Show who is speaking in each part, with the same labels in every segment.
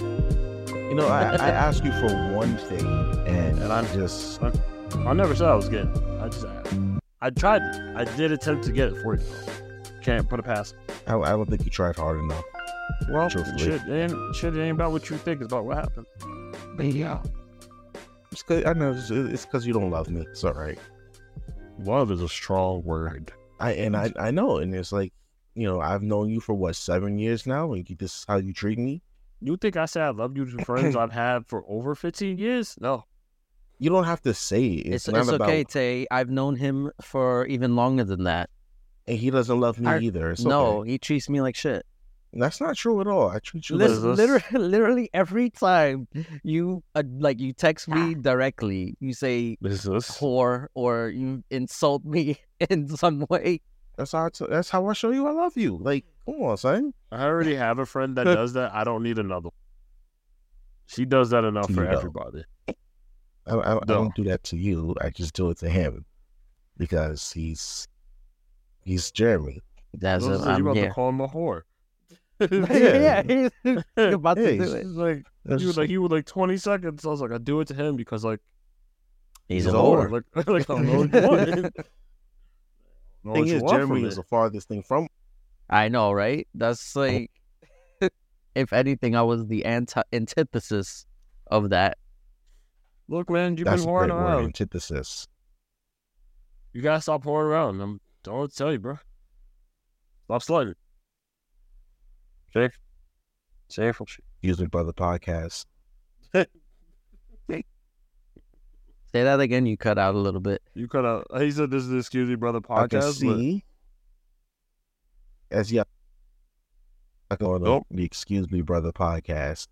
Speaker 1: You know, I, I asked you for one thing, and
Speaker 2: And
Speaker 1: I'm
Speaker 2: I'm-
Speaker 1: just
Speaker 2: I never said I was good. I just, I, I tried. it. I did attempt to get it for you. Can't put it past.
Speaker 1: I, I don't think you tried hard enough.
Speaker 2: Well,
Speaker 1: Truthfully.
Speaker 2: shit, it ain't, shit, it ain't about what you think. It's about what happened.
Speaker 1: yeah, it's 'cause- I know it's- it's because you don't love me. It's all right.
Speaker 2: Love is a strong word.
Speaker 1: I and I I know, and it's like you know I've known you for what seven years now, and you, this is how you treat me.
Speaker 2: You think I said I love you to friends I've had for over 15 years? No.
Speaker 1: You don't have to say it. It's,
Speaker 3: It's, it's,
Speaker 1: not about,
Speaker 3: okay, Tay. I've known him for even longer than that.
Speaker 1: and he doesn't love me
Speaker 3: I-
Speaker 1: either. It's
Speaker 3: no,
Speaker 1: okay.
Speaker 3: he treats me like shit.
Speaker 1: that's not true at all. I treat you.
Speaker 2: Listen,
Speaker 1: Like,
Speaker 3: Literally,
Speaker 2: us.
Speaker 3: literally, every time you uh, like you text me directly, you say
Speaker 2: This is
Speaker 3: whore or you insult me in some way.
Speaker 1: that's how I t- that's how I show you I love you. Like, come on, son.
Speaker 2: I already have a friend that does that. I don't need another one. She does that enough for
Speaker 1: You don't.
Speaker 2: everybody.
Speaker 1: I, I, I
Speaker 2: No.
Speaker 1: don't do that to you. I just do it to him because he's he's Jeremy.
Speaker 3: That's
Speaker 2: Those
Speaker 3: it.
Speaker 2: are- you
Speaker 3: I'm
Speaker 2: about to
Speaker 3: here.
Speaker 2: call him a whore.
Speaker 3: yeah, he's
Speaker 2: yeah.
Speaker 3: about
Speaker 1: Hey,
Speaker 3: to do it.
Speaker 2: He's like
Speaker 1: That's-
Speaker 2: he was like he was like twenty seconds. I was like, I do it to him because like
Speaker 3: He's,
Speaker 1: a
Speaker 3: a
Speaker 1: whore.
Speaker 3: whore.
Speaker 2: like, like I don't know what you want. I don't know what
Speaker 1: thing
Speaker 2: you
Speaker 1: is,
Speaker 2: want
Speaker 1: Jeremy
Speaker 2: from
Speaker 1: "Oh, is
Speaker 2: me.
Speaker 1: the farthest thing from.
Speaker 3: I know, right? That's like, if anything, I was the anti antithesis of that.
Speaker 2: Look, man, you've been
Speaker 1: that's a
Speaker 2: whoring
Speaker 1: great word.
Speaker 2: around.
Speaker 1: Antithesis.
Speaker 2: You gotta stop whoring around. I'm don't tell you, bro. Stop slutting. Okay. Shameful shit.
Speaker 1: Excuse me, brother. Podcast.
Speaker 3: Say that again. You cut out a little bit.
Speaker 2: You cut out. He said this is the Excuse Me Brother
Speaker 1: I can
Speaker 2: podcast. but-
Speaker 1: see. As yeah, I go on the-
Speaker 2: Nope.
Speaker 1: the Excuse Me, brother. Podcast.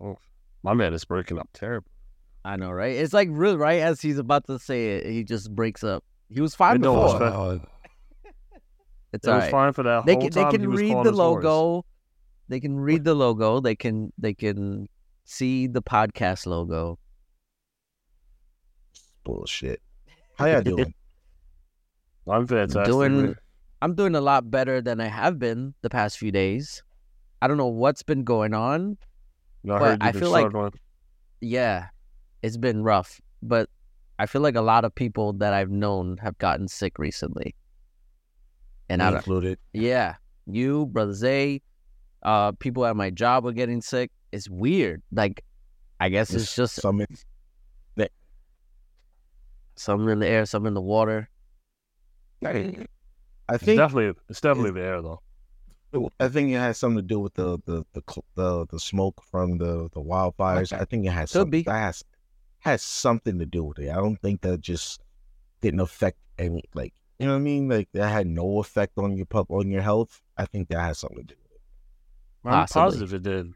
Speaker 2: Oh, my man is breaking up terrible.
Speaker 3: I know, right? It's like real, right? As he's about to say it, he just breaks up. He was fine
Speaker 2: It don't
Speaker 3: before.
Speaker 2: respect-
Speaker 3: It's
Speaker 2: it
Speaker 3: all
Speaker 2: was
Speaker 3: right.
Speaker 2: fine for that
Speaker 3: They
Speaker 2: whole
Speaker 3: can, they
Speaker 2: time.
Speaker 3: can
Speaker 2: he was
Speaker 3: read
Speaker 2: calling
Speaker 3: the
Speaker 2: us whores.
Speaker 3: logo. They can read the logo. They can they can see the podcast logo.
Speaker 1: Bullshit. How y'all doing?
Speaker 2: I'm fantastic.
Speaker 3: Doing-
Speaker 2: man.
Speaker 3: I'm doing a lot better than I have been the past few days. I don't know what's been going on.
Speaker 2: I
Speaker 3: but
Speaker 2: heard you
Speaker 3: I
Speaker 2: been
Speaker 3: feel like-
Speaker 2: struggling.
Speaker 3: Yeah, it's been rough, but I feel like a lot of people that I've known have gotten sick recently. And I don't,
Speaker 1: included.
Speaker 3: yeah, you, brother Zay, uh, people at my job are getting sick. It's weird. Like, I guess it's just
Speaker 1: some.
Speaker 3: some in the air, some in the water.
Speaker 1: I
Speaker 2: It's
Speaker 1: think
Speaker 2: definitely it's definitely the air though.
Speaker 1: I think it has something to do with the the the cl- the, the smoke from the the wildfires. I think it has
Speaker 3: Could
Speaker 1: some-
Speaker 3: be.
Speaker 1: that has has something to do with it. I don't think that just didn't affect any like you know what I mean. Like that had no effect on your pub on your health. I think that has something to do. with it.
Speaker 2: I'm
Speaker 3: Possibly.
Speaker 2: positive it did.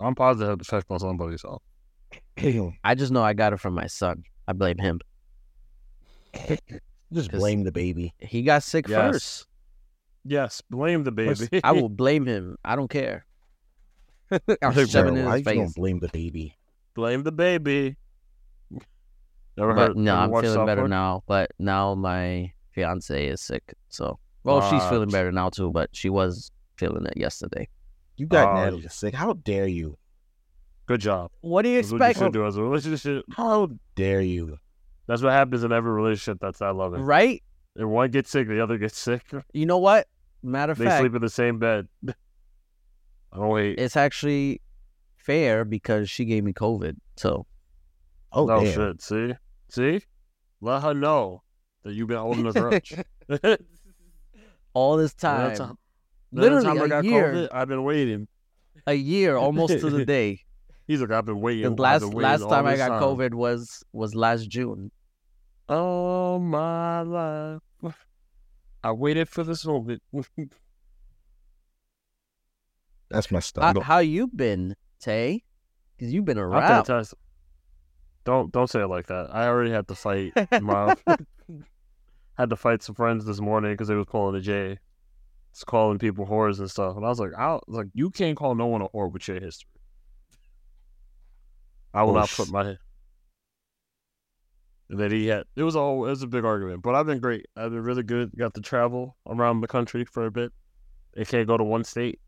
Speaker 2: I'm positive it affected on somebody. So
Speaker 3: I just know I got it from my son. I blame him.
Speaker 1: Just
Speaker 3: 'Cause-
Speaker 1: blame the baby.
Speaker 3: He got sick
Speaker 2: Yes.
Speaker 3: first.
Speaker 2: yes, blame the baby.
Speaker 3: I will blame him. I don't care. I'll
Speaker 2: Hey,
Speaker 3: shove it
Speaker 1: Bro,
Speaker 3: in
Speaker 1: why
Speaker 3: his
Speaker 1: you gonna
Speaker 3: face.
Speaker 1: blame the baby?
Speaker 2: blame the baby. Never
Speaker 3: But
Speaker 2: heard.
Speaker 3: no,
Speaker 2: ever
Speaker 3: I'm
Speaker 2: watched
Speaker 3: feeling
Speaker 2: South
Speaker 3: better
Speaker 2: Park?
Speaker 3: now. But now my fiance is sick. So, well, she's
Speaker 2: Ah.
Speaker 3: feeling better now too, but she was feeling it yesterday.
Speaker 1: You got
Speaker 2: Oh,
Speaker 1: Natalie
Speaker 2: yeah.
Speaker 1: sick. How dare you?
Speaker 2: Good job.
Speaker 3: What do you
Speaker 2: That's what you
Speaker 3: expect?
Speaker 2: should do as a relationship.
Speaker 1: How dare you?
Speaker 2: That's what happens in every relationship that's not loving.
Speaker 3: Right?
Speaker 2: If one gets sick, the other gets sick.
Speaker 3: You know what? Matter of
Speaker 2: They
Speaker 3: fact,
Speaker 2: sleep in the same bed. Oh, I don't hate.
Speaker 3: it's actually fair because she gave me COVID. So,
Speaker 1: Oh
Speaker 2: no
Speaker 1: damn.
Speaker 2: shit. See, see, let her know that you've been holding a grudch. Every
Speaker 3: all this time,
Speaker 2: time- every
Speaker 3: literally
Speaker 2: time I
Speaker 3: a
Speaker 2: got
Speaker 3: year,
Speaker 2: COVID, I've been waiting.
Speaker 3: a year almost to the day.
Speaker 2: He's like, I've been waiting. I've
Speaker 3: Because
Speaker 2: been
Speaker 3: last
Speaker 2: waiting
Speaker 3: last
Speaker 2: all
Speaker 3: time I
Speaker 2: this
Speaker 3: got COVID was was last June.
Speaker 2: All my life, I waited for this moment.
Speaker 1: That's my stuff.
Speaker 3: How, how you been, Tay? Because you've been
Speaker 2: I'm
Speaker 3: around.
Speaker 2: fantastic. Don't don't say it like that. I already had to fight. My, had to fight some friends this morning because they was calling a J, it's calling people whores and stuff. And I was like, I was like, you can't call no one a whore with your history. I I will
Speaker 1: Oh,
Speaker 2: not
Speaker 1: sh-
Speaker 2: put my that he had. It was all it was a big argument, but I've been great. I've been really good. Got to travel around the country for a bit. It can't go to one state.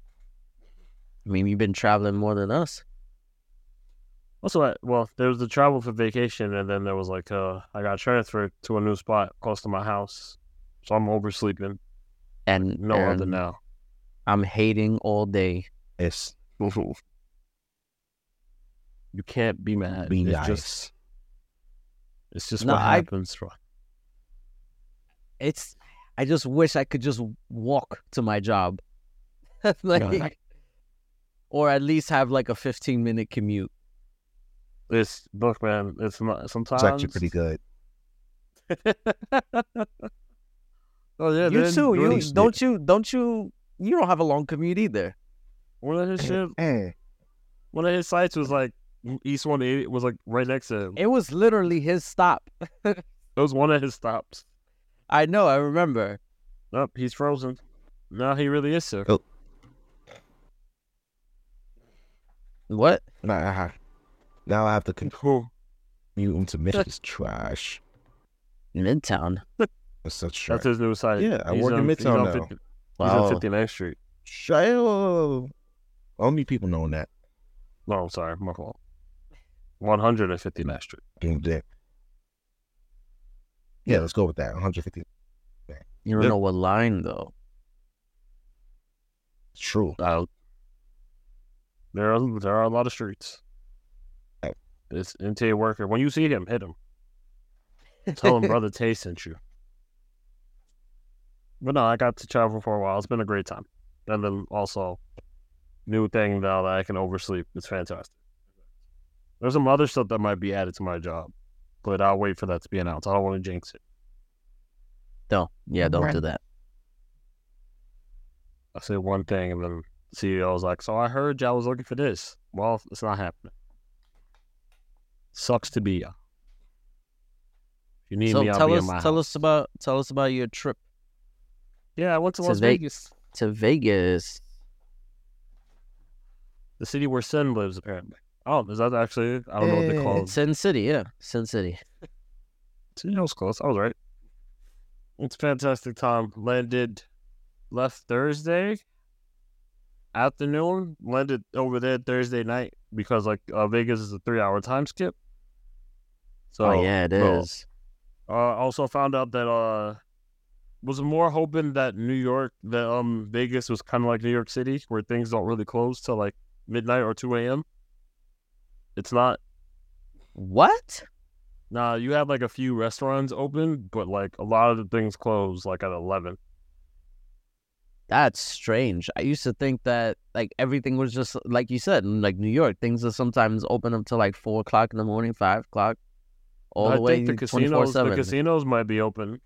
Speaker 3: I mean, you've been traveling more than us.
Speaker 2: Also, I, well, there was the travel for vacation, and then there was like uh, I got transferred to a new spot close to my house, so I'm oversleeping.
Speaker 3: And
Speaker 2: No other
Speaker 3: and
Speaker 2: now.
Speaker 3: I'm hating all day.
Speaker 1: It's
Speaker 2: you can't be mad.
Speaker 1: Be
Speaker 2: it's
Speaker 1: nice.
Speaker 2: just it's just
Speaker 3: No,
Speaker 2: what
Speaker 3: I-
Speaker 2: happens, bro.
Speaker 3: It's I just wish I could just walk to my job. like or at least have like a 15 minute commute.
Speaker 2: It's look, man. It's not sometimes.
Speaker 1: it's actually pretty good.
Speaker 2: oh yeah,
Speaker 3: you
Speaker 2: then
Speaker 3: too.
Speaker 2: doing
Speaker 3: You
Speaker 2: this-
Speaker 3: don't you don't you you don't have a long commute either.
Speaker 2: One of his shit.
Speaker 1: Eh.
Speaker 2: One of his sites was like East One Eighty was like right next to him.
Speaker 3: It was literally his stop.
Speaker 2: It was one of his stops.
Speaker 3: I know, I remember.
Speaker 2: Nope, he's frozen. No, he really is, sir.
Speaker 1: Oh.
Speaker 3: What?
Speaker 1: Nah, now I have to commute
Speaker 2: Cool.
Speaker 1: him to Michigan's trash.
Speaker 3: Midtown.
Speaker 1: That's such trash.
Speaker 2: That's his new site.
Speaker 1: Yeah, I
Speaker 2: He's
Speaker 1: work in
Speaker 2: on- he's
Speaker 1: Midtown
Speaker 2: on
Speaker 1: now.
Speaker 2: 50
Speaker 3: Wow.
Speaker 2: He's on 59th Street.
Speaker 1: Shiloh. Only people knowing that.
Speaker 2: No, I'm sorry, my fault. 159th Street.
Speaker 1: Game day. Yeah, let's go with that. 150.
Speaker 3: You don't
Speaker 1: Yep.
Speaker 3: know what line though.
Speaker 1: True.
Speaker 2: Out. uh, There are there are a lot of streets.
Speaker 1: Oh.
Speaker 2: It's Inte worker. When you see him, hit him. Tell him brother Tay sent you. But no, I got to travel for a while. It's been a great time. And then also new thing now that I can oversleep. It's fantastic. There's some other stuff that might be added to my job. But I'll wait for that to be announced. I don't want to jinx it.
Speaker 3: Don't. Yeah, don't
Speaker 1: Right.
Speaker 3: do that.
Speaker 2: I say one thing and then CEO was like, So I heard y'all was looking for this. Well, it's not happening. Sucks to be ya. If you need
Speaker 3: So
Speaker 2: me, I'll
Speaker 3: tell
Speaker 2: be
Speaker 3: us
Speaker 2: in my
Speaker 3: tell
Speaker 2: house.
Speaker 3: us about tell us about your trip
Speaker 2: Yeah, I went to
Speaker 3: to
Speaker 2: Las
Speaker 3: Ve-
Speaker 2: Vegas.
Speaker 3: to Vegas.
Speaker 2: The city where Sin lives apparently. Oh, is that actually I don't know what they
Speaker 1: Yeah,
Speaker 2: call it.
Speaker 3: Eh, Sin City, yeah. Sin City.
Speaker 2: So, yeah, I was close. I was right. It's a fantastic time. Landed left Thursday afternoon. Landed over there Thursday night because like uh, Vegas is a three hour time skip. So
Speaker 3: oh yeah, it is.
Speaker 2: no. Uh, also found out that uh, was more hoping that New York, that um Vegas was kind of like New York City, where things don't really close till like midnight or two a.m. It's not.
Speaker 3: What?
Speaker 2: Nah, you have like a few restaurants open, but like a lot of the things close like at eleven.
Speaker 3: That's strange. I used to think that like everything was just like you said, in, like New York, things are sometimes open up to like four o'clock in the morning, five o'clock, all
Speaker 2: I
Speaker 3: the way
Speaker 2: think the
Speaker 3: twenty four
Speaker 2: casinos, the
Speaker 3: seven.
Speaker 2: casinos might be open.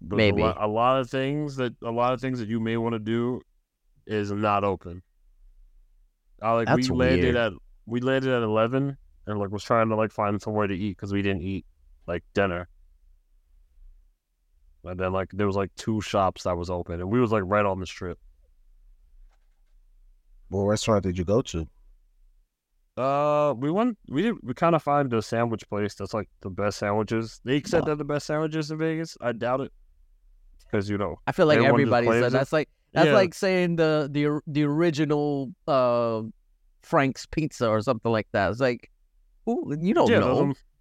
Speaker 2: But
Speaker 3: Maybe.
Speaker 2: a lot, a lot of things that a lot of things that you may want to do is not open. I like
Speaker 3: That's
Speaker 2: we landed
Speaker 3: weird.
Speaker 2: at we landed at eleven and like was trying to like find somewhere to eat because we didn't eat like dinner. And then like there was like two shops that was open and we was like right on the strip.
Speaker 1: What restaurant did you go to?
Speaker 2: Uh, we went. We did. We kind of find a sandwich place that's like the best sandwiches. They said
Speaker 3: Wow.
Speaker 2: they're the best sandwiches in Vegas. I doubt it, because you know
Speaker 3: I feel like
Speaker 2: Everyone just
Speaker 3: everybody
Speaker 2: plays
Speaker 3: said
Speaker 2: it?
Speaker 3: that's like that's
Speaker 2: Yeah.
Speaker 3: like saying the the or- the original uh, Frank's Pizza or something like that. It's like, who you don't
Speaker 2: yeah,
Speaker 3: know.
Speaker 2: that's-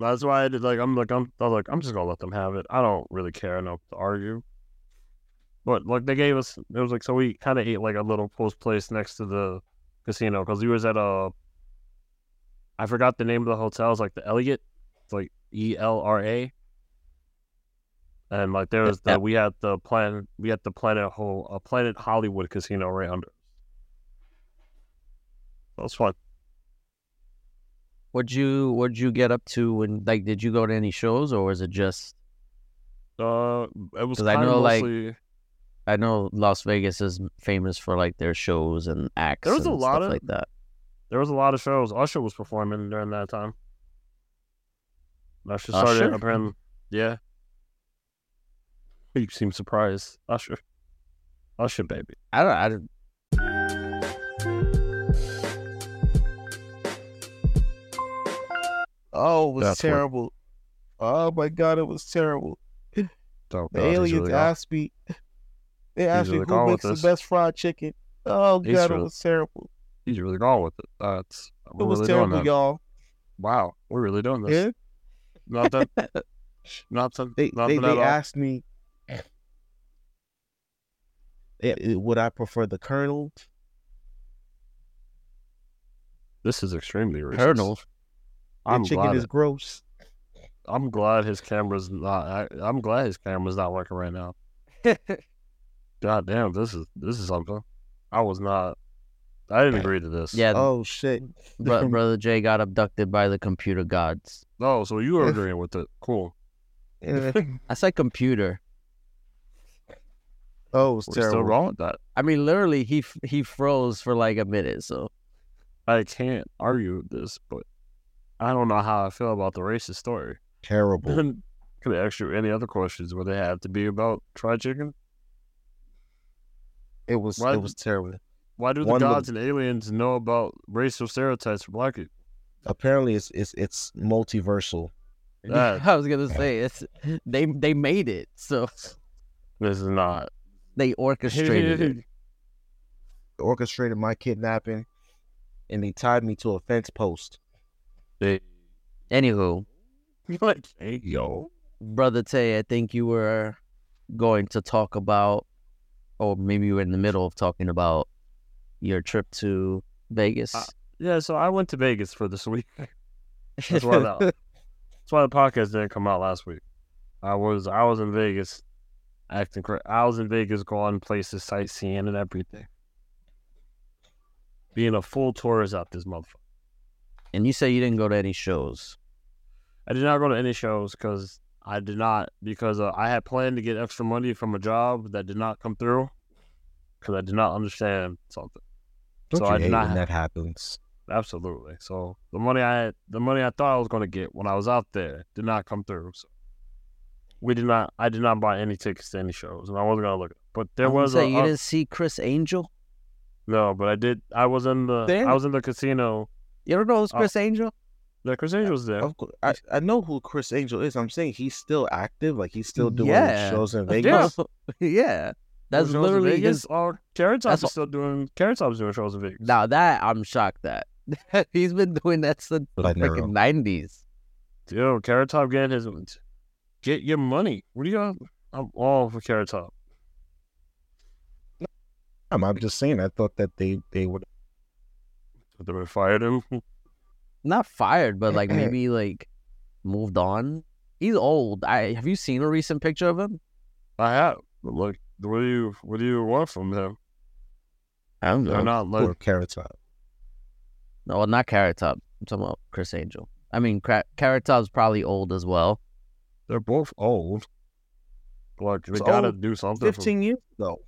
Speaker 2: That's why I did like I'm like I'm I was like I'm just gonna let them have it. I don't really care enough to argue. But like they gave us it was like so we kind of ate like a little post place next to the casino because we was at a I forgot the name of the hotel. It's like the Elliott. It's like E L R A. And like there was
Speaker 3: Yeah.
Speaker 2: the we had the plan we had the Planet Hole a Planet Hollywood casino right under. That was fun.
Speaker 3: What'd you What'd you get up to? And like, did you go to any shows or was it just?
Speaker 2: Uh, it was
Speaker 3: 'Cause I
Speaker 2: kind
Speaker 3: know,
Speaker 2: of
Speaker 3: like,
Speaker 2: mostly.
Speaker 3: I know Las Vegas is famous for like their shows and acts.
Speaker 2: There was a
Speaker 3: and
Speaker 2: lot
Speaker 3: stuff
Speaker 2: of-
Speaker 3: like that.
Speaker 2: There was a lot of shows. Usher was performing during that time. Usher started
Speaker 3: Usher?
Speaker 2: apparently. Yeah. You seem surprised. Usher. Usher, baby.
Speaker 3: I don't. I don't.
Speaker 1: Oh, it was
Speaker 2: That's what-
Speaker 1: terrible. Oh my god, it was terrible.
Speaker 2: Oh,
Speaker 1: The
Speaker 2: God, he's
Speaker 1: aliens
Speaker 2: really off.
Speaker 1: asked me. They asked me
Speaker 2: really
Speaker 1: who
Speaker 2: gone
Speaker 1: makes
Speaker 2: with
Speaker 1: the
Speaker 2: this.
Speaker 1: best fried chicken. Oh
Speaker 2: He's
Speaker 1: god, it
Speaker 2: really-
Speaker 1: was terrible.
Speaker 2: He's really gone with it. That's
Speaker 1: It
Speaker 2: we're
Speaker 1: was
Speaker 2: really doing
Speaker 1: terrible,
Speaker 2: that.
Speaker 1: y'all.
Speaker 2: Wow, we're really doing
Speaker 1: Yeah?
Speaker 2: this. Nothing. nothing.
Speaker 1: They they,
Speaker 2: nothing
Speaker 1: they
Speaker 2: at all.
Speaker 1: asked me eh, eh, would I prefer the Colonel?
Speaker 2: This is extremely racist.
Speaker 3: Colonel.
Speaker 1: Your
Speaker 2: I'm
Speaker 1: chicken
Speaker 2: glad.
Speaker 1: is
Speaker 2: it-
Speaker 1: gross.
Speaker 2: I'm glad his camera's not. I, I'm glad his camera's not working right now. God damn, this is this is something. I was not. I didn't agree to this.
Speaker 3: yeah,
Speaker 1: Oh shit.
Speaker 3: bro- brother Jay got abducted by the computer gods.
Speaker 2: No. Oh, So you were agreeing with it. Cool.
Speaker 1: Eh,
Speaker 3: I said computer.
Speaker 1: oh, it was
Speaker 2: We're
Speaker 1: terrible.
Speaker 2: still wrong with that.
Speaker 3: I mean, literally, he f- he froze for like a minute. So
Speaker 2: I can't argue with this, but I don't know how I feel about the racist story.
Speaker 1: Terrible.
Speaker 2: Could I ask you any other questions? Would they have to be about fried chicken?
Speaker 1: It was
Speaker 2: Why
Speaker 1: it
Speaker 2: did-
Speaker 1: was terrible.
Speaker 2: Why do the
Speaker 1: One would-
Speaker 2: gods and aliens know about racial stereotypes for black people?
Speaker 1: Apparently it's it's it's multiversal.
Speaker 2: That
Speaker 3: I was gonna say it's they they made it. So
Speaker 2: this is not
Speaker 3: they orchestrated it.
Speaker 1: orchestrated my kidnapping and they tied me to a fence post.
Speaker 2: They
Speaker 3: Anywho,
Speaker 2: like, hey, yo,
Speaker 3: brother Tay, I think you were going to talk about, or maybe you were in the middle of talking about your trip to Vegas.
Speaker 2: Uh, yeah. So I went to Vegas for this week. That's why the that's why the podcast didn't come out last week. I was I was in Vegas acting cra I was in Vegas going places, sightseeing, and everything. Being a full tourist out this motherfucker.
Speaker 3: and you say you didn't go to any shows.
Speaker 2: I did not go to any shows because I did not because uh, I had planned to get extra money from a job that did not come through because I did not understand something.
Speaker 1: Don't
Speaker 2: So
Speaker 1: you
Speaker 2: I did
Speaker 1: hate
Speaker 2: not
Speaker 1: when
Speaker 2: have-
Speaker 1: that happens?
Speaker 2: Absolutely. So the money I had, the money I thought I was going to get when I was out there did not come through. So we did not. I did not buy any tickets to any shows, and I wasn't going to look. at- But there
Speaker 3: I gonna
Speaker 2: was
Speaker 3: say
Speaker 2: a, uh,
Speaker 3: you
Speaker 2: a-
Speaker 3: didn't see Chris Angel.
Speaker 2: no, but I did. I was in the
Speaker 1: There?
Speaker 2: I was in the casino.
Speaker 3: You don't know who's
Speaker 2: Oh.
Speaker 3: Chris Angel?
Speaker 2: The Chris Angel was there.
Speaker 3: Oh,
Speaker 1: Of course, I, I know who Chris Angel is. I'm saying he's still active, like he's still doing
Speaker 3: Yeah.
Speaker 1: shows in
Speaker 3: Yeah.
Speaker 1: Vegas.
Speaker 3: yeah, that's
Speaker 2: Doing shows in
Speaker 3: literally
Speaker 2: Vegas.
Speaker 3: his.
Speaker 2: Or Carrot Top
Speaker 3: that's
Speaker 2: is still doing. Carrot Top's doing shows in Vegas.
Speaker 3: Now that I'm shocked at. He's been doing that since the
Speaker 1: But Nero.
Speaker 3: freaking nineties.
Speaker 2: Dude, Carrot Top getting his get your money. What do you? got? I'm all for Carrot Top.
Speaker 1: I'm, I'm just saying. I thought that they they would.
Speaker 2: They would have fired him.
Speaker 3: Not fired, but like maybe like moved on. He's old. I have you seen a recent picture of him?
Speaker 2: I have. But look, what do you what do you want from him?
Speaker 3: I don't
Speaker 2: They're not like
Speaker 1: or Carrot Top.
Speaker 3: No, well, not Carrot Top. I'm talking about Chris Angel. I mean, Cra- Carrot Top's probably old as well.
Speaker 2: They're both old. Like they
Speaker 1: It's
Speaker 2: gotta
Speaker 1: old.
Speaker 2: do something. for-
Speaker 1: Fifteen years ago.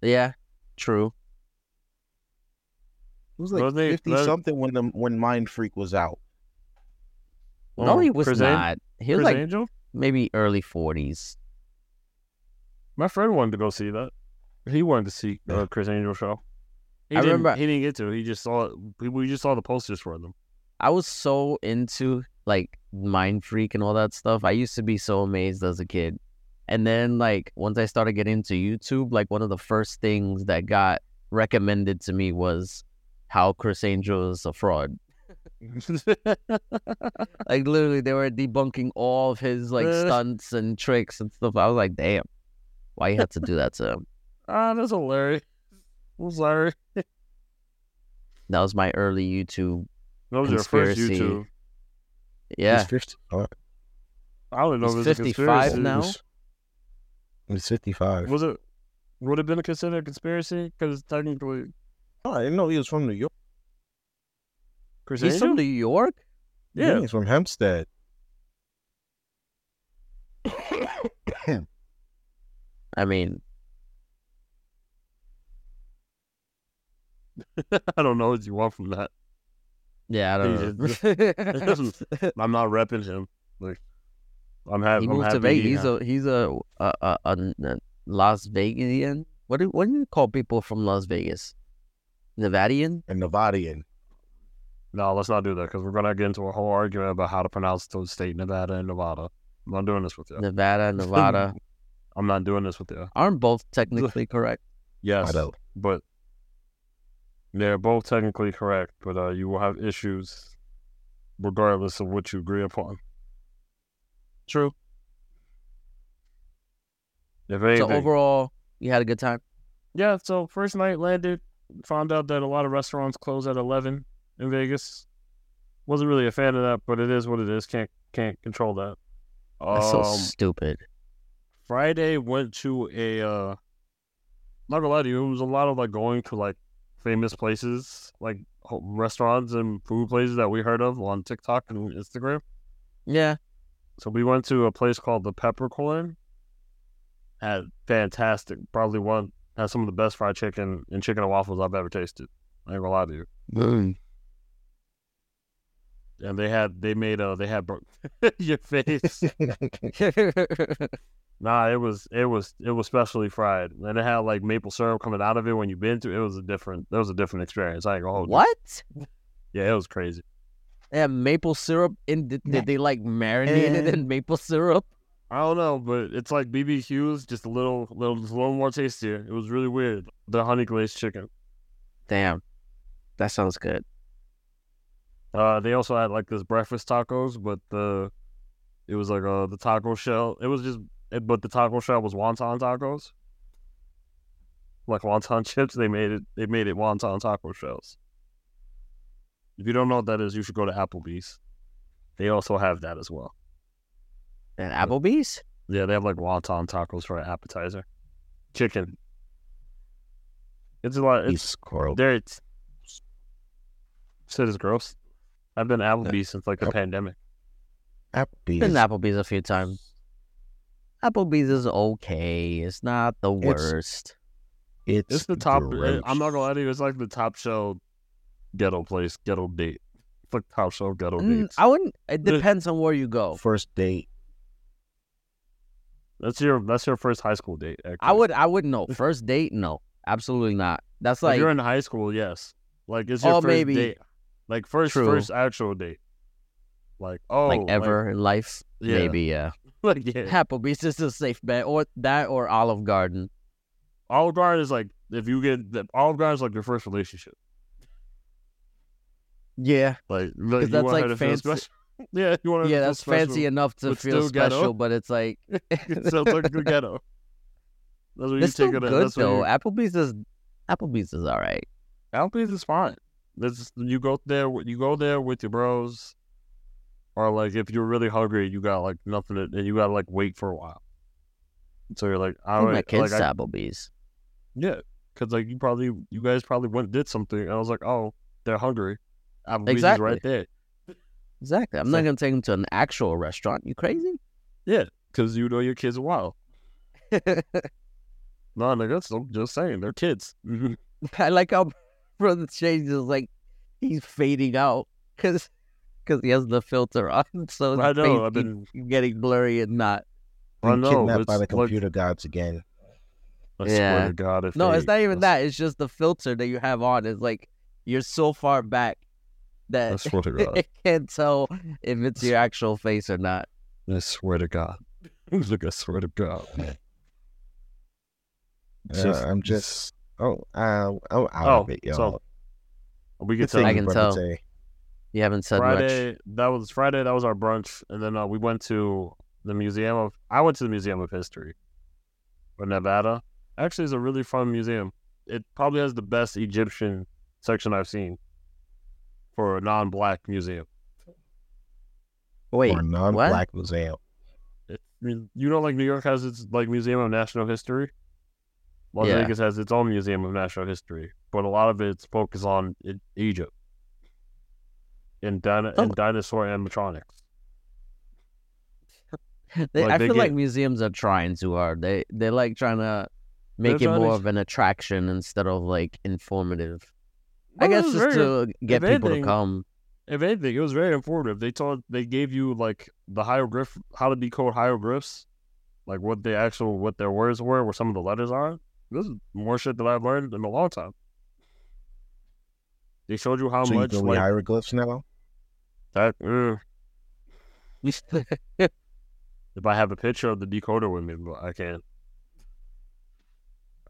Speaker 3: Yeah, true.
Speaker 1: It was like
Speaker 2: Wasn't he-
Speaker 1: fifty
Speaker 2: that-
Speaker 1: something when the when Mind Freak was out.
Speaker 3: no,
Speaker 2: Oh,
Speaker 3: he was
Speaker 2: Chris An-
Speaker 3: not. He was
Speaker 2: Chris
Speaker 3: like
Speaker 2: Angel.
Speaker 3: maybe early forties.
Speaker 2: My friend wanted to go see that. He wanted to see
Speaker 1: Yeah.
Speaker 2: uh, Chris Angel show. He
Speaker 3: I
Speaker 2: didn't,
Speaker 3: remember-
Speaker 2: he didn't get to. He just saw. We we just saw the posters for them.
Speaker 3: I was so into like Mind Freak and all that stuff. I used to be so amazed as a kid. And then like once I started getting into YouTube, like one of the first things that got recommended to me was how Chris Angel is a fraud. Like literally they were debunking all of his like
Speaker 2: Uh.
Speaker 3: stunts and tricks and stuff. I was like, damn, why you had to do that to him?
Speaker 2: ah, that's hilarious. I'm sorry.
Speaker 3: That was my early YouTube.
Speaker 2: That was your
Speaker 3: Conspiracy.
Speaker 2: first YouTube.
Speaker 3: Yeah.
Speaker 1: He's fifty. all right.
Speaker 2: I don't know if
Speaker 3: He's
Speaker 2: it's a
Speaker 3: 55
Speaker 2: conspiracy.
Speaker 3: now?
Speaker 1: He's fifty five.
Speaker 2: Was it? Would have been considered a conspiracy because technically
Speaker 1: Oh, I didn't know he was from New York.
Speaker 2: Chris
Speaker 3: He's
Speaker 2: Angel.
Speaker 3: from New York?
Speaker 2: yeah,
Speaker 1: he's from Hempstead.
Speaker 3: I mean,
Speaker 2: I don't know what you want from that.
Speaker 3: yeah, I don't
Speaker 2: He's
Speaker 3: know.
Speaker 2: I'm not repping him. Like I'm happy.
Speaker 3: he
Speaker 2: I'm
Speaker 3: moved
Speaker 2: happy
Speaker 3: to Vegas.
Speaker 2: he
Speaker 3: He's
Speaker 2: ha-
Speaker 3: a he's a a, a, a, a Las Vegasian. What do what do you call people from Las Vegas? Nevadian?
Speaker 1: And Nevadian.
Speaker 2: No, let's not do that because we're gonna get into a whole argument about how to pronounce those state Nevada and Nevada. I'm not doing this with you.
Speaker 3: Nevada, Nevada.
Speaker 2: I'm not doing this with you.
Speaker 3: Aren't both technically correct?
Speaker 1: I
Speaker 2: Yes,
Speaker 1: don't.
Speaker 2: but they're both technically correct, but uh, you will have issues regardless of what you agree upon. True. If anything,
Speaker 3: So overall, you had a good time.
Speaker 2: yeah. So first night landed, found out that a lot of restaurants close at eleven in Vegas. Wasn't really a fan of that, but it is what it is. Can't can't control that.
Speaker 3: That's so
Speaker 2: Um,
Speaker 3: stupid.
Speaker 2: Friday went to a uh not gonna lie to you, it was a lot of like going to like famous places, like ho- restaurants and food places that we heard of on TikTok and Instagram.
Speaker 3: Yeah,
Speaker 2: So we went to a place called the Peppercorn. Had fantastic, probably one had some of the best fried chicken and chicken and waffles I've ever tasted. I ain't gonna lie to you. And they had they made uh they had bur- your face. Nah, it was it was it was specially fried, and it had like maple syrup coming out of it when you've been to. It was a different. It was a different experience. I ain't gonna hold you.
Speaker 3: what?
Speaker 2: Yeah, it was crazy.
Speaker 3: They have maple syrup in. Did, did they like marinate it in maple syrup?
Speaker 2: I don't know, but it's like BBQ's, just a little little just a little more tastier. It was really weird. The honey glazed chicken.
Speaker 3: Damn, that sounds good.
Speaker 2: Uh, they also had like this breakfast tacos, but the it was like uh the taco shell. It was just, it, but the taco shell was wonton tacos, like wonton chips. They made it. They made it wonton taco shells. If you don't know what that is, you should go to Applebee's. They also have that as well.
Speaker 3: And Applebee's.
Speaker 2: Yeah, they have like wonton tacos for an appetizer, chicken. It's a lot.
Speaker 1: You
Speaker 2: It's
Speaker 1: squirrel.
Speaker 2: there. It's shit is gross. I've been to Applebee's since like the
Speaker 1: Yep.
Speaker 2: pandemic.
Speaker 1: Applebee's.
Speaker 3: Been to Applebee's a few times. Applebee's is okay. It's not the
Speaker 1: It's-
Speaker 3: worst.
Speaker 1: It's,
Speaker 2: It's, the top. uh, I'm not
Speaker 1: gross.
Speaker 2: gonna lie to you. It's like the top shelf ghetto place, ghetto date. It's like top shelf ghetto
Speaker 3: Mm,
Speaker 2: dates.
Speaker 3: I wouldn't. It
Speaker 2: The-
Speaker 3: depends on where you go.
Speaker 1: First date.
Speaker 2: that's your that's your first high school date. Actually.
Speaker 3: I would. I wuld know. First date, no, absolutely not. That's
Speaker 2: If
Speaker 3: like
Speaker 2: you're in high school, yes. Like it's your
Speaker 3: Oh,
Speaker 2: first
Speaker 3: maybe.
Speaker 2: date. Like first
Speaker 3: True.
Speaker 2: first actual date. Like oh
Speaker 3: like ever in life.
Speaker 2: Yeah.
Speaker 3: Maybe yeah.
Speaker 2: Like, yeah.
Speaker 3: Applebee's is a safe bet, or that, or Olive Garden.
Speaker 2: Olive Garden is like if you get the, Olive Garden is like your first relationship.
Speaker 3: Yeah,
Speaker 2: Like really,
Speaker 3: 'Cause
Speaker 2: you
Speaker 3: that's,
Speaker 2: want
Speaker 3: like,
Speaker 2: her to feel
Speaker 3: fancy-
Speaker 2: special. yeah, you want her to
Speaker 3: yeah,
Speaker 2: feel
Speaker 3: that's
Speaker 2: special.
Speaker 3: fancy enough to
Speaker 2: but
Speaker 3: feel
Speaker 2: still ghetto.
Speaker 3: special, but it's like
Speaker 2: so it's like the ghetto. That's what you
Speaker 3: it's
Speaker 2: take
Speaker 3: still
Speaker 2: it.
Speaker 3: good
Speaker 2: that's what you-
Speaker 3: though. Applebee's is Applebee's is all right.
Speaker 2: Applebee's is fine. This you go there with- you go there with your bros, or like if you're really hungry, you got like nothing, to, and you gotta like wait for a while. So you're like,
Speaker 3: I
Speaker 2: all
Speaker 3: took
Speaker 2: right,
Speaker 3: my kids
Speaker 2: like, I-
Speaker 3: to Applebee's.
Speaker 2: yeah, because like you probably you guys probably went and did something, and I was like, oh, they're hungry. Applebee's is
Speaker 3: Exactly.
Speaker 2: right there.
Speaker 3: Exactly. I'm
Speaker 2: So-
Speaker 3: not gonna take them to an actual restaurant. You crazy?
Speaker 2: Yeah, because you know your kids a while. No, niggas, I'm just saying they're kids.
Speaker 3: I like how Brother Change is like he's fading out because he has the filter on, so his
Speaker 2: I
Speaker 3: face
Speaker 2: know. I've
Speaker 3: keep-
Speaker 2: been.
Speaker 3: keep getting blurry and not.
Speaker 2: I
Speaker 1: Been
Speaker 2: know.
Speaker 1: kidnapped by
Speaker 2: Oh, it's
Speaker 1: the
Speaker 2: like-
Speaker 1: computer gods again.
Speaker 2: I
Speaker 3: Yeah.
Speaker 2: swear to God, if
Speaker 3: No,
Speaker 2: they,
Speaker 3: it's not even
Speaker 2: I
Speaker 3: that. It's just the filter that you have on is like you're so far back
Speaker 2: s- I
Speaker 3: that
Speaker 2: swear to God.
Speaker 3: it can't tell if it's your actual face or not.
Speaker 2: I swear to God. Look, I swear to God.
Speaker 1: Uh, I'm just. Oh, uh, I'm out of it, y'all.
Speaker 2: Oh, so we get
Speaker 1: Good thing
Speaker 2: to
Speaker 3: I
Speaker 1: you
Speaker 3: can
Speaker 1: brought it
Speaker 3: tell.
Speaker 1: today.
Speaker 3: You haven't said much.
Speaker 2: Friday. That was Friday. That was our brunch, and then uh, we went to the museum of. I went to the Museum of History, in Nevada. Actually, it's a really fun museum. It probably has the best Egyptian section I've seen for a non-black museum.
Speaker 3: Wait,
Speaker 1: or non-black museum.
Speaker 2: It, I mean, you know, like New York has its like Museum of National History. Las
Speaker 3: Yeah.
Speaker 2: Vegas has its own Museum of National History, but a lot of it's focused on E- Egypt and, dino-
Speaker 3: Oh.
Speaker 2: and dinosaur animatronics.
Speaker 3: They,
Speaker 2: like,
Speaker 3: I
Speaker 2: they
Speaker 3: feel like
Speaker 2: get-
Speaker 3: museums are trying too hard. They they're like trying to make it
Speaker 2: trying to-
Speaker 3: more of an attraction instead of like informative. I
Speaker 2: No,
Speaker 3: guess
Speaker 2: it was
Speaker 3: just
Speaker 2: very-
Speaker 3: to get
Speaker 2: if
Speaker 3: people to
Speaker 2: anything-
Speaker 3: come.
Speaker 2: If anything, it was very informative. They taught, they gave you like the hieroglyph, how to decode hieroglyphs, like what the actual what their words were, where some of the letters are. This is more shit that I've learned in a long time. They showed you how
Speaker 1: so
Speaker 2: much
Speaker 1: you can read
Speaker 2: like
Speaker 1: hieroglyphs now?
Speaker 2: that. mm, ugh.
Speaker 3: It's
Speaker 2: if I have a picture of the decoder with me, but I can't.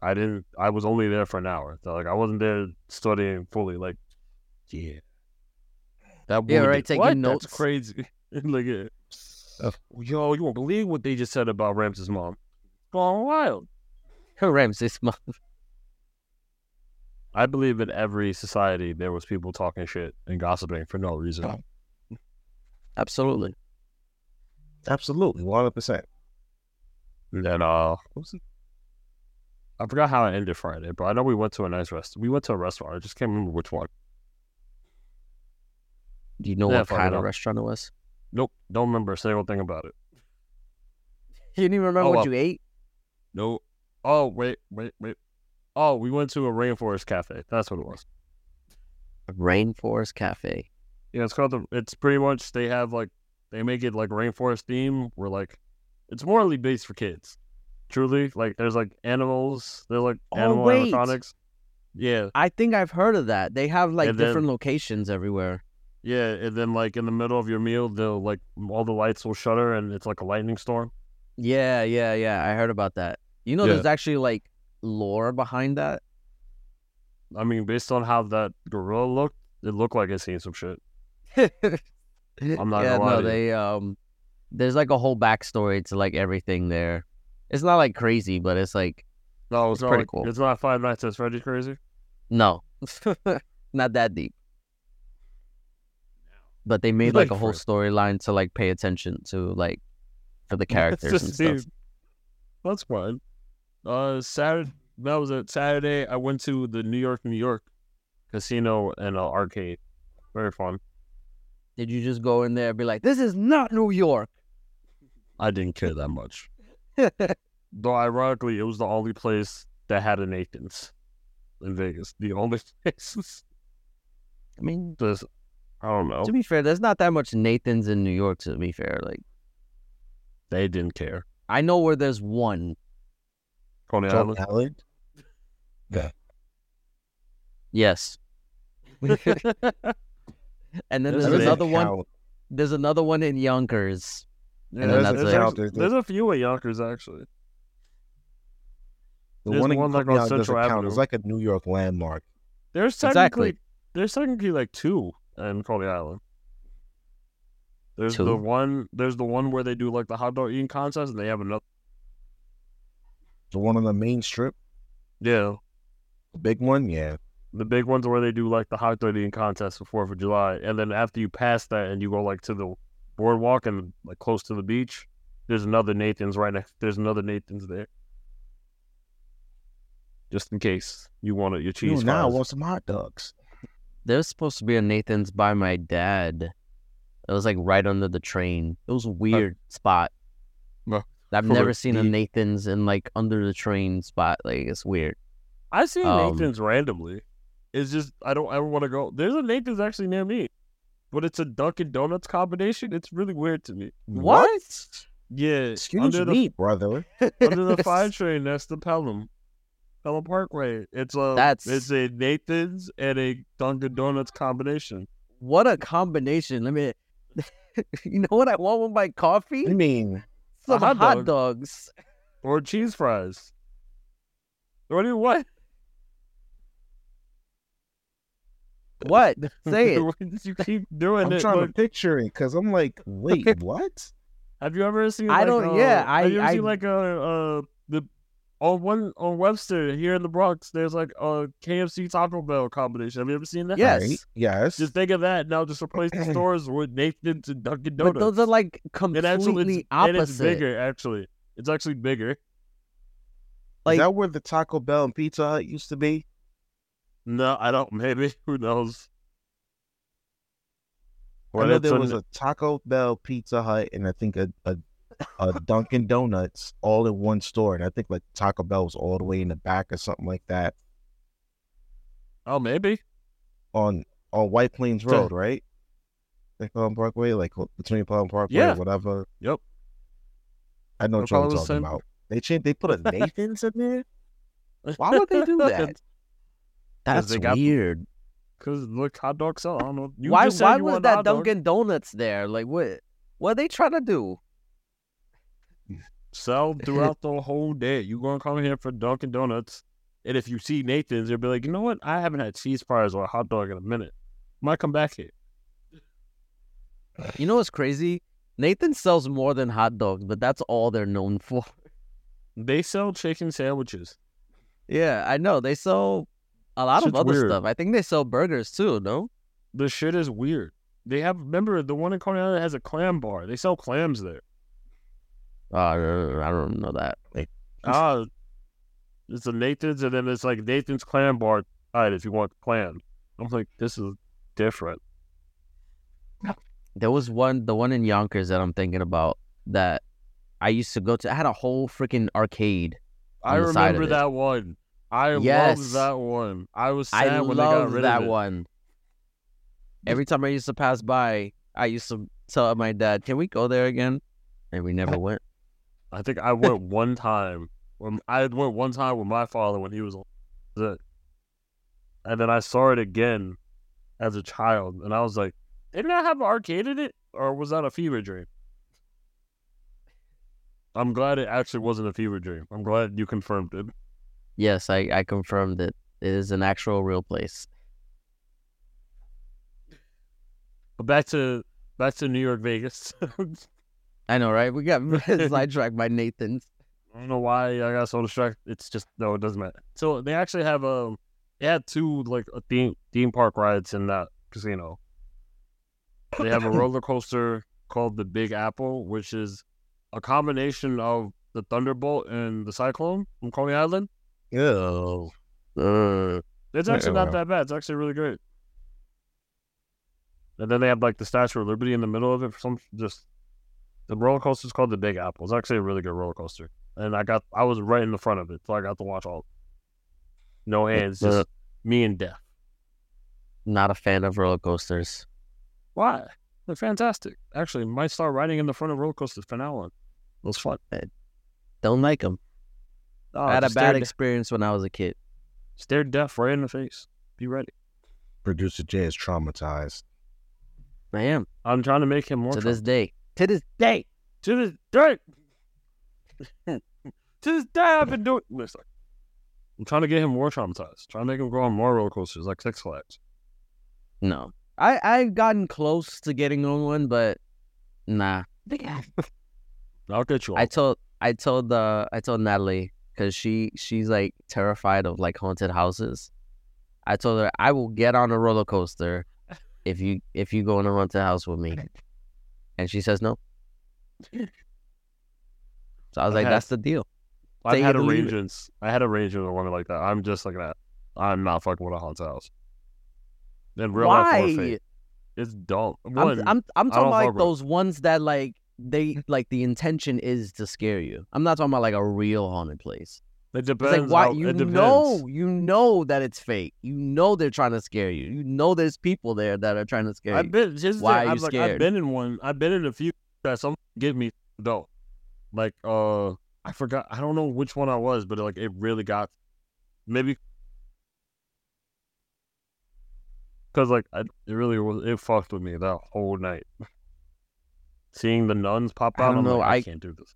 Speaker 2: I didn't. I was only there for an hour. So, like I wasn't there studying fully. Like
Speaker 1: Yeah.
Speaker 2: that.
Speaker 3: Yeah,
Speaker 2: woman
Speaker 3: right,
Speaker 2: did-
Speaker 3: taking
Speaker 2: what?
Speaker 3: notes.
Speaker 2: That's crazy. like, yeah.
Speaker 1: Oh.
Speaker 2: yo, you won't believe what they just said about Ramses' mom. Gone wild.
Speaker 3: Ramses' mom.
Speaker 2: I believe in every society there was people talking shit and gossiping for no reason.
Speaker 1: Oh.
Speaker 3: Absolutely.
Speaker 1: Absolutely, one hundred percent.
Speaker 2: And then uh, what was it? I forgot how it ended Friday, but I know we went to a nice restaurant. We went to a restaurant. I just can't remember which one.
Speaker 3: Do you know
Speaker 2: Yeah,
Speaker 3: what
Speaker 2: fuck it
Speaker 3: kind of
Speaker 2: up.
Speaker 3: restaurant it was?
Speaker 2: Nope, don't remember a single thing about it.
Speaker 3: You didn't even remember
Speaker 2: Oh,
Speaker 3: what
Speaker 2: well.
Speaker 3: you ate?
Speaker 2: No. Oh wait, wait, wait. Oh, we went to a rainforest cafe. That's what it was.
Speaker 3: Rainforest Cafe.
Speaker 2: Yeah, it's called the. It's pretty much they have like they make it like rainforest theme. Where like it's morally based for kids. Truly, like there's like animals. They're like
Speaker 3: Oh,
Speaker 2: animal
Speaker 3: wait.
Speaker 2: animatronics. Yeah,
Speaker 3: I think I've heard of that. They have like
Speaker 2: And then-
Speaker 3: different locations everywhere.
Speaker 2: yeah. And then like in the middle of your meal, they'll like all the lights will shutter, and it's like a lightning storm.
Speaker 3: Yeah, yeah, yeah. I heard about that. You know,
Speaker 2: Yeah.
Speaker 3: there's actually like lore behind that.
Speaker 2: I mean, based on how that gorilla looked, it looked like it seen some shit.
Speaker 3: I'm
Speaker 2: not
Speaker 3: yeah,
Speaker 2: gonna lie
Speaker 3: no,
Speaker 2: to you.
Speaker 3: they um, there's like a whole backstory to like everything there. It's not like crazy, but it's like
Speaker 2: No,
Speaker 3: It's
Speaker 2: it's, not
Speaker 3: pretty
Speaker 2: like,
Speaker 3: cool.
Speaker 2: It's not Five Nights at Freddy's crazy.
Speaker 3: no, not that deep. But they made like
Speaker 2: like
Speaker 3: a whole storyline to like pay attention to like for the characters and
Speaker 2: Just
Speaker 3: stuff.
Speaker 2: see- That's fun. Uh, Saturday that was it. Saturday I went to the New York, New York casino and uh, arcade. Very fun.
Speaker 3: Did you just go in there and be like, "This is not New York"?
Speaker 2: I didn't care that much, though. Ironically, it was the only place that had an Nathan's in Vegas. The only place.
Speaker 3: I mean,
Speaker 2: Just, I don't know.
Speaker 3: to be fair, there's not that much Nathan's in New York. To be fair, like
Speaker 2: They didn't care.
Speaker 3: I know where there's one.
Speaker 2: Coney
Speaker 1: Coney
Speaker 2: Island.
Speaker 1: Island.
Speaker 3: Yes. and then
Speaker 2: There's
Speaker 3: there's
Speaker 2: a big
Speaker 3: another one.
Speaker 1: count.
Speaker 3: There's another one in Yonkers.
Speaker 2: Yeah,
Speaker 3: And
Speaker 1: then
Speaker 2: there's,
Speaker 1: that's
Speaker 2: there's,
Speaker 1: it.
Speaker 2: actually- there's a few at Yonkers actually.
Speaker 1: The
Speaker 2: There's
Speaker 1: one, in
Speaker 2: one, like,
Speaker 1: Coney
Speaker 2: on
Speaker 1: Island doesn't
Speaker 2: Central
Speaker 1: count.
Speaker 2: Avenue.
Speaker 1: It's like a New York landmark.
Speaker 2: There's technically
Speaker 3: Exactly.
Speaker 2: there's technically like two in Coney Island. There's the
Speaker 3: Two?
Speaker 2: one there's the one where they do like the hot dog eating contest and they have another
Speaker 1: The one on the main strip,
Speaker 2: Yeah.
Speaker 1: the big one. Yeah,
Speaker 2: The big ones where they do like the hot dog eating contest for Fourth of July. And then after you pass that and you go like to the boardwalk and like close to the beach, there's another Nathan's right next there's another Nathan's there. Just in case you want it, your
Speaker 1: you
Speaker 2: cheese.
Speaker 1: now
Speaker 2: fries.
Speaker 1: want some hot dogs.
Speaker 3: There's supposed to be a Nathan's by my dad. It was like right under the train. It was a weird spot.
Speaker 2: Well,
Speaker 3: I've
Speaker 2: for
Speaker 3: never seen a
Speaker 2: Uh, the-
Speaker 3: Nathan's in like under the train spot. Like it's weird.
Speaker 2: I see
Speaker 3: Um,
Speaker 2: Nathan's randomly. It's just I don't ever want to go. There's a Nathan's actually near me, but it's a Dunkin' Donuts combination. It's really weird to me. Yeah,
Speaker 1: Excuse
Speaker 2: under
Speaker 1: me, brother.
Speaker 2: the under the fire train next to Pelham, Pelham Parkway. It's a
Speaker 3: That's-
Speaker 2: it's a Nathan's and a Dunkin' Donuts combination.
Speaker 3: What a combination. Let me You know what I want with my
Speaker 1: I
Speaker 3: coffee?
Speaker 1: mean,
Speaker 3: Some
Speaker 2: hot
Speaker 3: hot,
Speaker 2: dog.
Speaker 3: dogs.
Speaker 2: or cheese fries. What do you what?
Speaker 3: What? Say it.
Speaker 2: you keep doing
Speaker 1: I'm
Speaker 2: it.
Speaker 1: trying
Speaker 2: Look,
Speaker 1: to picture it because I'm like, wait, what?
Speaker 2: Have you ever seen?
Speaker 3: I
Speaker 2: like,
Speaker 3: don't-
Speaker 2: uh,
Speaker 3: yeah,
Speaker 2: Have you
Speaker 3: I-
Speaker 2: ever seen
Speaker 3: I-
Speaker 2: like a uh the on one on Webster here in the Bronx? There's like a KFC Taco Bell combination. Have you ever seen that?
Speaker 3: Yes.
Speaker 1: Right? Yes.
Speaker 2: Just think of that. Now just replace the stores with Nathan's and Dunkin' Donuts.
Speaker 3: But those are like
Speaker 2: and
Speaker 3: completely
Speaker 2: actually, it's,
Speaker 3: opposite.
Speaker 2: And it's bigger. Actually, it's actually bigger.
Speaker 3: like-
Speaker 1: Is that where the Taco Bell and Pizza Hut used to be?
Speaker 2: No, I don't. Maybe who knows?
Speaker 1: I
Speaker 2: But
Speaker 1: know
Speaker 2: it's
Speaker 1: there
Speaker 2: a-
Speaker 1: was a Taco Bell, Pizza Hut, and I think a, a, a Dunkin' Donuts all in one store. And I think like Taco Bell was all the way in the back or something like that
Speaker 2: oh maybe
Speaker 1: on on White Plains
Speaker 2: Ta-
Speaker 1: Road, right? Like Pelham Parkway, like between Pelham Parkway,
Speaker 2: Yeah.
Speaker 1: or whatever.
Speaker 2: Yep.
Speaker 1: I know what
Speaker 2: Probably
Speaker 1: you're
Speaker 2: the
Speaker 1: talking
Speaker 2: same.
Speaker 1: about. They changed. They put a Nathan's in there. Why would they do that?
Speaker 3: That's
Speaker 2: they got-
Speaker 3: weird.
Speaker 2: Cause look, hot dogs sell. I don't know. You
Speaker 3: why
Speaker 2: just said
Speaker 3: why
Speaker 2: you
Speaker 3: was
Speaker 2: wanted
Speaker 3: that
Speaker 2: hot dogs.
Speaker 3: Dunkin' Donuts there? Like what what are they trying to do?
Speaker 2: sell throughout the whole day. You gonna come here for Dunkin' Donuts, and if you see Nathan's, you'll be like, you know what? I haven't had cheese fries or a hot dog in a minute. Might come back here.
Speaker 3: You know what's crazy? Nathan sells more than hot dogs, but that's all they're known for.
Speaker 2: They sell chicken sandwiches.
Speaker 3: Yeah, I know. They sell a lot of
Speaker 2: Shit's
Speaker 3: other
Speaker 2: weird.
Speaker 3: stuff. I think they sell burgers too, no?
Speaker 2: The shit is weird. They have remember the one in Coney Island has a clam bar. They sell clams there.
Speaker 3: Uh, I don't- I don't know that.
Speaker 2: Ah, it's a Nathan's, and then it's like Nathan's clam bar. All right, if you want clam, I'm like, this is different.
Speaker 3: There was one, the one in Yonkers that I'm thinking about that I used to go to. I had a whole freaking arcade.
Speaker 2: I
Speaker 3: On the side of
Speaker 2: remember
Speaker 3: it.
Speaker 2: that one. I
Speaker 3: Yes.
Speaker 2: love that one. I was sad
Speaker 3: I
Speaker 2: when they got
Speaker 3: love
Speaker 2: rid
Speaker 3: that
Speaker 2: of it.
Speaker 3: one. Every time I used to pass by, I used to tell my dad, "Can we go there again?" And we never went.
Speaker 2: I think I went one time. When I went one time with my father when he was the, and then I saw it again as a child, and I was like, "Didn't I have an arcade in it, or was that a fever dream?" I'm glad it actually wasn't a fever dream. I'm glad you confirmed it.
Speaker 3: Yes, I, I confirmed it. It is an actual real place.
Speaker 2: But back to back to New York, Vegas. I
Speaker 3: I know, right? We got sidetracked by Nathan's.
Speaker 2: don't know why I got so distracted. It's just no, it doesn't matter. So they actually have um, they had two like a theme theme park rides in that casino. They have a roller coaster called the Big Apple, which is a combination of the Thunderbolt and the Cyclone from Coney Island.
Speaker 1: Oh,
Speaker 2: Uh, it's actually
Speaker 1: wow.
Speaker 2: not that bad. It's actually really great. And then they have like the Statue of Liberty in the middle of it for some just the roller coaster is called the Big Apple. It's actually a really good roller coaster. And I got I was right in the front of it, so I got to watch all no hands,
Speaker 3: uh,
Speaker 2: just me and death.
Speaker 3: Not a fan of roller coasters.
Speaker 2: Why? They're fantastic. Actually, might start riding in the front of roller coasters for now on. It was fun.
Speaker 3: Don't like them.
Speaker 2: Oh,
Speaker 3: I had a
Speaker 2: just
Speaker 3: bad
Speaker 2: stare-
Speaker 3: experience when I was a kid.
Speaker 2: Stare death right in the face. Be ready.
Speaker 1: producer Jay is traumatized.
Speaker 3: I am
Speaker 2: I'm trying to make him more
Speaker 3: to
Speaker 2: traumatized.
Speaker 3: this day. To this day.
Speaker 2: To this day. to this day, I've been doing. Listen, I'm trying to get him more traumatized. Trying to make him go on more roller coasters like Six Flags.
Speaker 3: No. I, I've gotten close to getting on one, but nah.
Speaker 2: I'll get you.
Speaker 3: I
Speaker 2: I
Speaker 3: told I told uh I told Natalie because she she's like terrified of like haunted houses. I told her I will get on a roller coaster if you if you go in a haunted house with me, and she says no. So I was
Speaker 2: I
Speaker 3: like,
Speaker 2: had-
Speaker 3: that's the deal.
Speaker 2: I've
Speaker 3: take
Speaker 2: had
Speaker 3: it or leave it.
Speaker 2: arrangements. I had arrangements with a woman like that. I'm just like that. I'm not fucking with a haunted house. In real life or
Speaker 3: Why?
Speaker 2: fake, it's dumb.
Speaker 3: I'm
Speaker 2: One,
Speaker 3: I'm,
Speaker 2: don't
Speaker 3: I'm talking about
Speaker 2: fuck
Speaker 3: like
Speaker 2: with it.
Speaker 3: those ones that like they like the intention is to scare you. I'm not talking about like a real haunted place.
Speaker 2: it
Speaker 3: It's
Speaker 2: depends.
Speaker 3: like why
Speaker 2: how-
Speaker 3: you
Speaker 2: it depends.
Speaker 3: know you know that it's fake. You know they're trying to scare you. You know there's people there that are trying to scare you.
Speaker 2: I've been. Here's
Speaker 3: Why
Speaker 2: the thing.
Speaker 3: are you
Speaker 2: I've, like, I've
Speaker 3: scared?
Speaker 2: been in one. I've been in a few that some get me though. Like uh, I forgot. I don't know which one I was, but like it really got maybe because like I, it really was. It fucked with me that whole night. Seeing the nuns pop
Speaker 3: I
Speaker 2: out,
Speaker 3: don't
Speaker 2: I'm
Speaker 3: know,
Speaker 2: like, I,
Speaker 3: I-
Speaker 2: can't do this.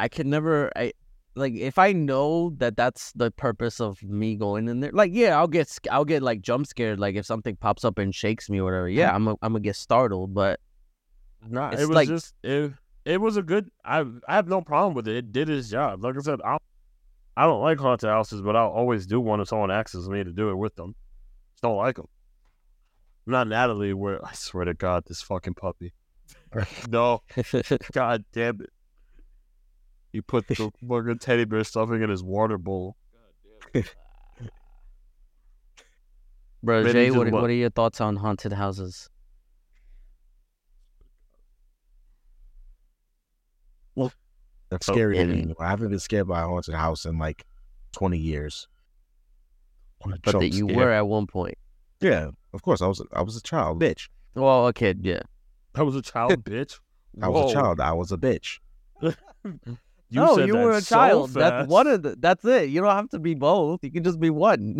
Speaker 3: I can never I like if I know that that's the purpose of me going in there. Like yeah, I'll get sc- I'll get like jump scared like if something pops up and shakes me or whatever. Yeah, I'm a, I'm going to get startled, but
Speaker 2: Nah,
Speaker 3: It's
Speaker 2: it was
Speaker 3: like-
Speaker 2: just it. It was a good. I I have no problem with it. It did its job. Like I said, I I don't like haunted houses, but I'll always do one if someone asks me to do it with them. Just don't like them. Not Natalie. Where I swear to God, this fucking puppy. no, God damn it! He put the fucking teddy bear stuffing in his water bowl.
Speaker 3: Bro,
Speaker 2: Maybe
Speaker 3: Jay,
Speaker 2: just
Speaker 3: what, are-
Speaker 2: look.
Speaker 3: what are your thoughts on haunted houses?
Speaker 1: That's
Speaker 2: Oh,
Speaker 1: scary. to me.
Speaker 3: and-
Speaker 1: I haven't been scared by a haunted house in like twenty years. On a
Speaker 3: But
Speaker 1: jump
Speaker 3: that you
Speaker 1: scare.
Speaker 3: were at one point.
Speaker 1: Yeah, of course. I was I was a child, bitch.
Speaker 3: Well, a kid, yeah.
Speaker 2: That was a child, bitch.
Speaker 1: I was a child. I was a bitch.
Speaker 2: You
Speaker 3: no,
Speaker 2: said
Speaker 3: Oh, you
Speaker 2: that
Speaker 3: were a
Speaker 2: so
Speaker 3: child.
Speaker 2: fast.
Speaker 3: That's one of the. That's it. You don't have to be both. You can just be one.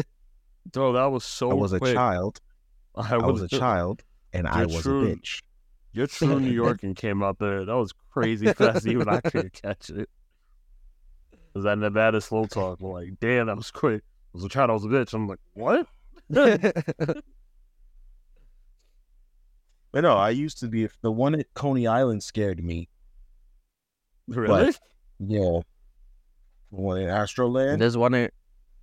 Speaker 2: Bro, that was so
Speaker 4: Oh,
Speaker 1: I was a
Speaker 2: quick.
Speaker 1: child.
Speaker 2: I
Speaker 1: I was a
Speaker 2: was-
Speaker 1: child, and I
Speaker 2: You're
Speaker 1: was
Speaker 2: true.
Speaker 1: a bitch.
Speaker 2: You're true New York and came out there. That was crazy fast. Even I couldn't catch it. It was that Nevada slow talk. But like, damn, that was quick. I was a child. I was a bitch. I'm like, what?
Speaker 4: But no, I used to be the one at Coney Island scared me.
Speaker 2: Really?
Speaker 4: Yeah. The one in Astroland
Speaker 3: There's one. in-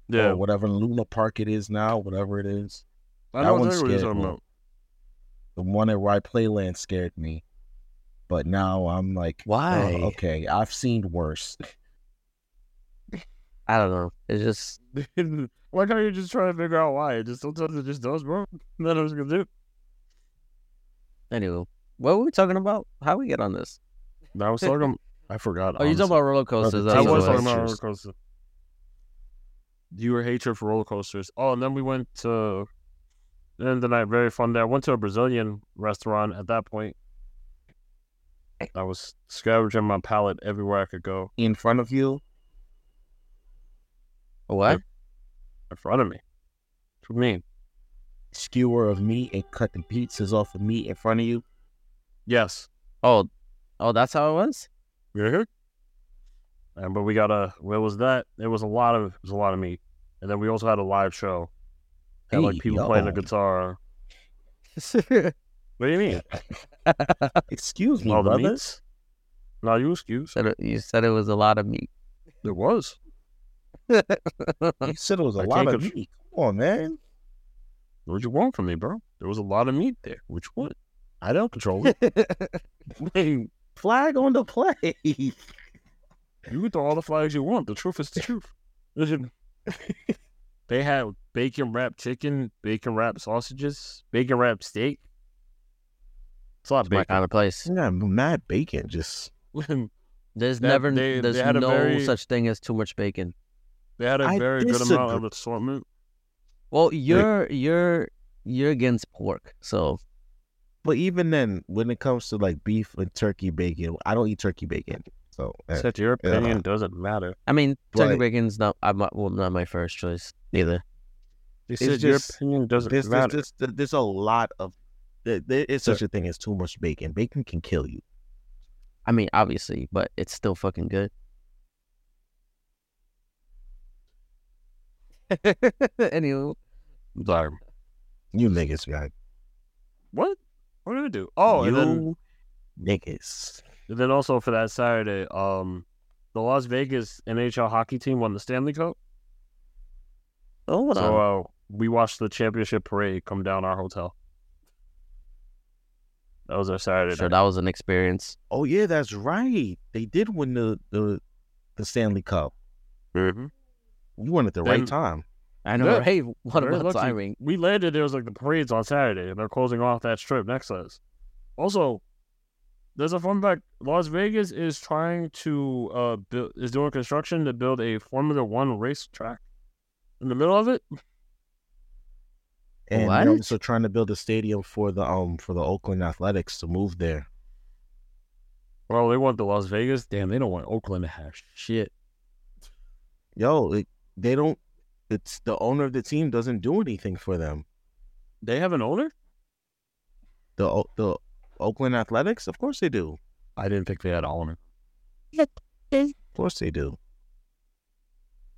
Speaker 2: Yeah.
Speaker 4: or whatever Luna Park it is now, whatever it is.
Speaker 2: I
Speaker 4: that
Speaker 2: know
Speaker 4: one
Speaker 2: exactly what you're
Speaker 4: scared
Speaker 2: talking
Speaker 4: me.
Speaker 2: about.
Speaker 4: The one at Rye Playland scared me. But now I'm like, oh,
Speaker 3: Why?
Speaker 4: okay, I've seen worse.
Speaker 3: I don't know. It's just
Speaker 2: why can't you just try to figure out why? It just sometimes it just does, bro. Then I was gonna do.
Speaker 3: anyway. What were we talking about? How we get on this?
Speaker 2: Now I was talking.
Speaker 4: um,
Speaker 2: I forgot.
Speaker 3: Oh, you talking about roller coasters?
Speaker 4: the
Speaker 2: I
Speaker 3: That's
Speaker 4: taste
Speaker 3: what
Speaker 2: was
Speaker 3: it
Speaker 2: talking
Speaker 3: was.
Speaker 2: about roller
Speaker 4: coasters.
Speaker 2: coasters. You were hatred for roller coasters. Oh, and then we went to. Then the night very fun day. I went to a Brazilian restaurant at that point. I was scavenging my palate everywhere I could go
Speaker 1: In front of you,
Speaker 3: What?
Speaker 2: in front of me. What do you mean?
Speaker 4: Skewer of meat and cut the pizzas off of meat in front of you.
Speaker 2: Yes.
Speaker 3: Oh, oh, that's how it was.
Speaker 2: Yeah. And but we got a. What was that? It was a lot of. It was a lot of meat. And then we also had a live show. Had like
Speaker 4: Hey,
Speaker 2: people playing the
Speaker 4: yo.
Speaker 2: guitar. What do you mean?
Speaker 4: Excuse me,
Speaker 2: All the
Speaker 4: brother.
Speaker 2: meats? No, you excuse.
Speaker 3: Said it- you said it was a lot of meat.
Speaker 2: There was.
Speaker 4: You said it was a
Speaker 2: I
Speaker 4: lot
Speaker 2: can't
Speaker 4: of
Speaker 2: conf-
Speaker 4: meat. Come on, man.
Speaker 2: What'd you want from me, bro? There was a lot of meat there. Which one? I don't control it.
Speaker 4: Hey, flag on the play.
Speaker 2: you can throw all the flags you want. The truth is the truth. Listen, they had bacon wrapped chicken, bacon wrapped sausages, bacon wrapped steak. It's a lot of
Speaker 3: It's my
Speaker 2: bacon.
Speaker 3: kind of place.
Speaker 1: yeah, mad bacon. Just
Speaker 3: There's
Speaker 2: That-
Speaker 3: never,
Speaker 2: they-
Speaker 3: there's
Speaker 2: they had a
Speaker 3: no
Speaker 2: very-
Speaker 3: such thing as too much bacon.
Speaker 2: they had a
Speaker 1: I
Speaker 2: very good amount of assortment.
Speaker 3: Well, you're, you're, you're against pork, so
Speaker 1: but even then, when it comes to like beef and turkey bacon, I don't eat turkey bacon. So eh,
Speaker 2: Except your
Speaker 1: Yeah.
Speaker 2: opinion doesn't matter.
Speaker 3: I mean, turkey
Speaker 1: Right.
Speaker 3: bacon's not, I'm not, well, not my first choice either.
Speaker 2: They said
Speaker 1: just-
Speaker 2: your opinion doesn't
Speaker 1: there's, there's,
Speaker 2: matter.
Speaker 1: there's, there's a lot of there, there is such a thing as too much bacon. Bacon can kill you.
Speaker 3: I mean, obviously, but it's still fucking good. anyway,
Speaker 2: Sorry.
Speaker 1: You niggas, man.
Speaker 2: What? What did I do? Oh,
Speaker 1: you
Speaker 2: and then
Speaker 1: niggas.
Speaker 2: And then also for that Saturday, um, the Las Vegas NHL hockey team won the Stanley Cup.
Speaker 3: oh, hold on.
Speaker 2: So uh, we watched the championship parade come down our hotel. That was our Saturday.
Speaker 3: sure,
Speaker 2: night.
Speaker 3: that was an experience.
Speaker 1: Oh yeah, that's right. They did win the the, the Stanley Cup.
Speaker 2: Mm-hmm.
Speaker 1: You won at the
Speaker 2: Then-
Speaker 1: right time.
Speaker 3: I know,
Speaker 2: Yeah.
Speaker 3: right? What
Speaker 2: Very
Speaker 3: about
Speaker 2: lucky.
Speaker 3: timing?
Speaker 2: We landed. There was like the parades on Saturday, and they're closing off that strip next to us. Also, there's a fun fact: Las Vegas is trying to uh build is doing construction to build a Formula One racetrack in the middle of it.
Speaker 1: And
Speaker 3: What?
Speaker 1: they're also trying to build a stadium for the um for the Oakland Athletics to move there.
Speaker 2: Well, they want the Las Vegas. Damn, they don't want Oakland to have shit.
Speaker 1: Yo, it, they don't. It's the owner of the team doesn't do anything for them.
Speaker 2: They have an owner?
Speaker 1: The O- the Oakland Athletics, of course they do.
Speaker 2: I didn't think they had an owner.
Speaker 1: Of course they do.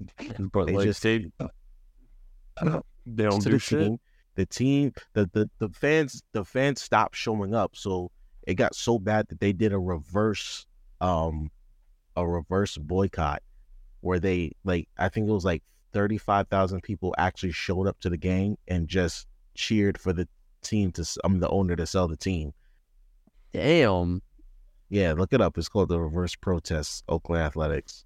Speaker 2: But
Speaker 1: They
Speaker 2: like,
Speaker 1: just-
Speaker 2: they, they don't
Speaker 1: to
Speaker 2: do
Speaker 1: the
Speaker 2: shit.
Speaker 1: team. The team, the, the the fans, the fans stopped showing up. So it got so bad that they did a reverse, um, a reverse boycott, where they like I think it was like thirty five thousand people actually showed up to the game and just cheered for the team to. s- I'm the owner to sell the team.
Speaker 3: Damn.
Speaker 1: Yeah, look it up. It's called the reverse protest Oakland Athletics.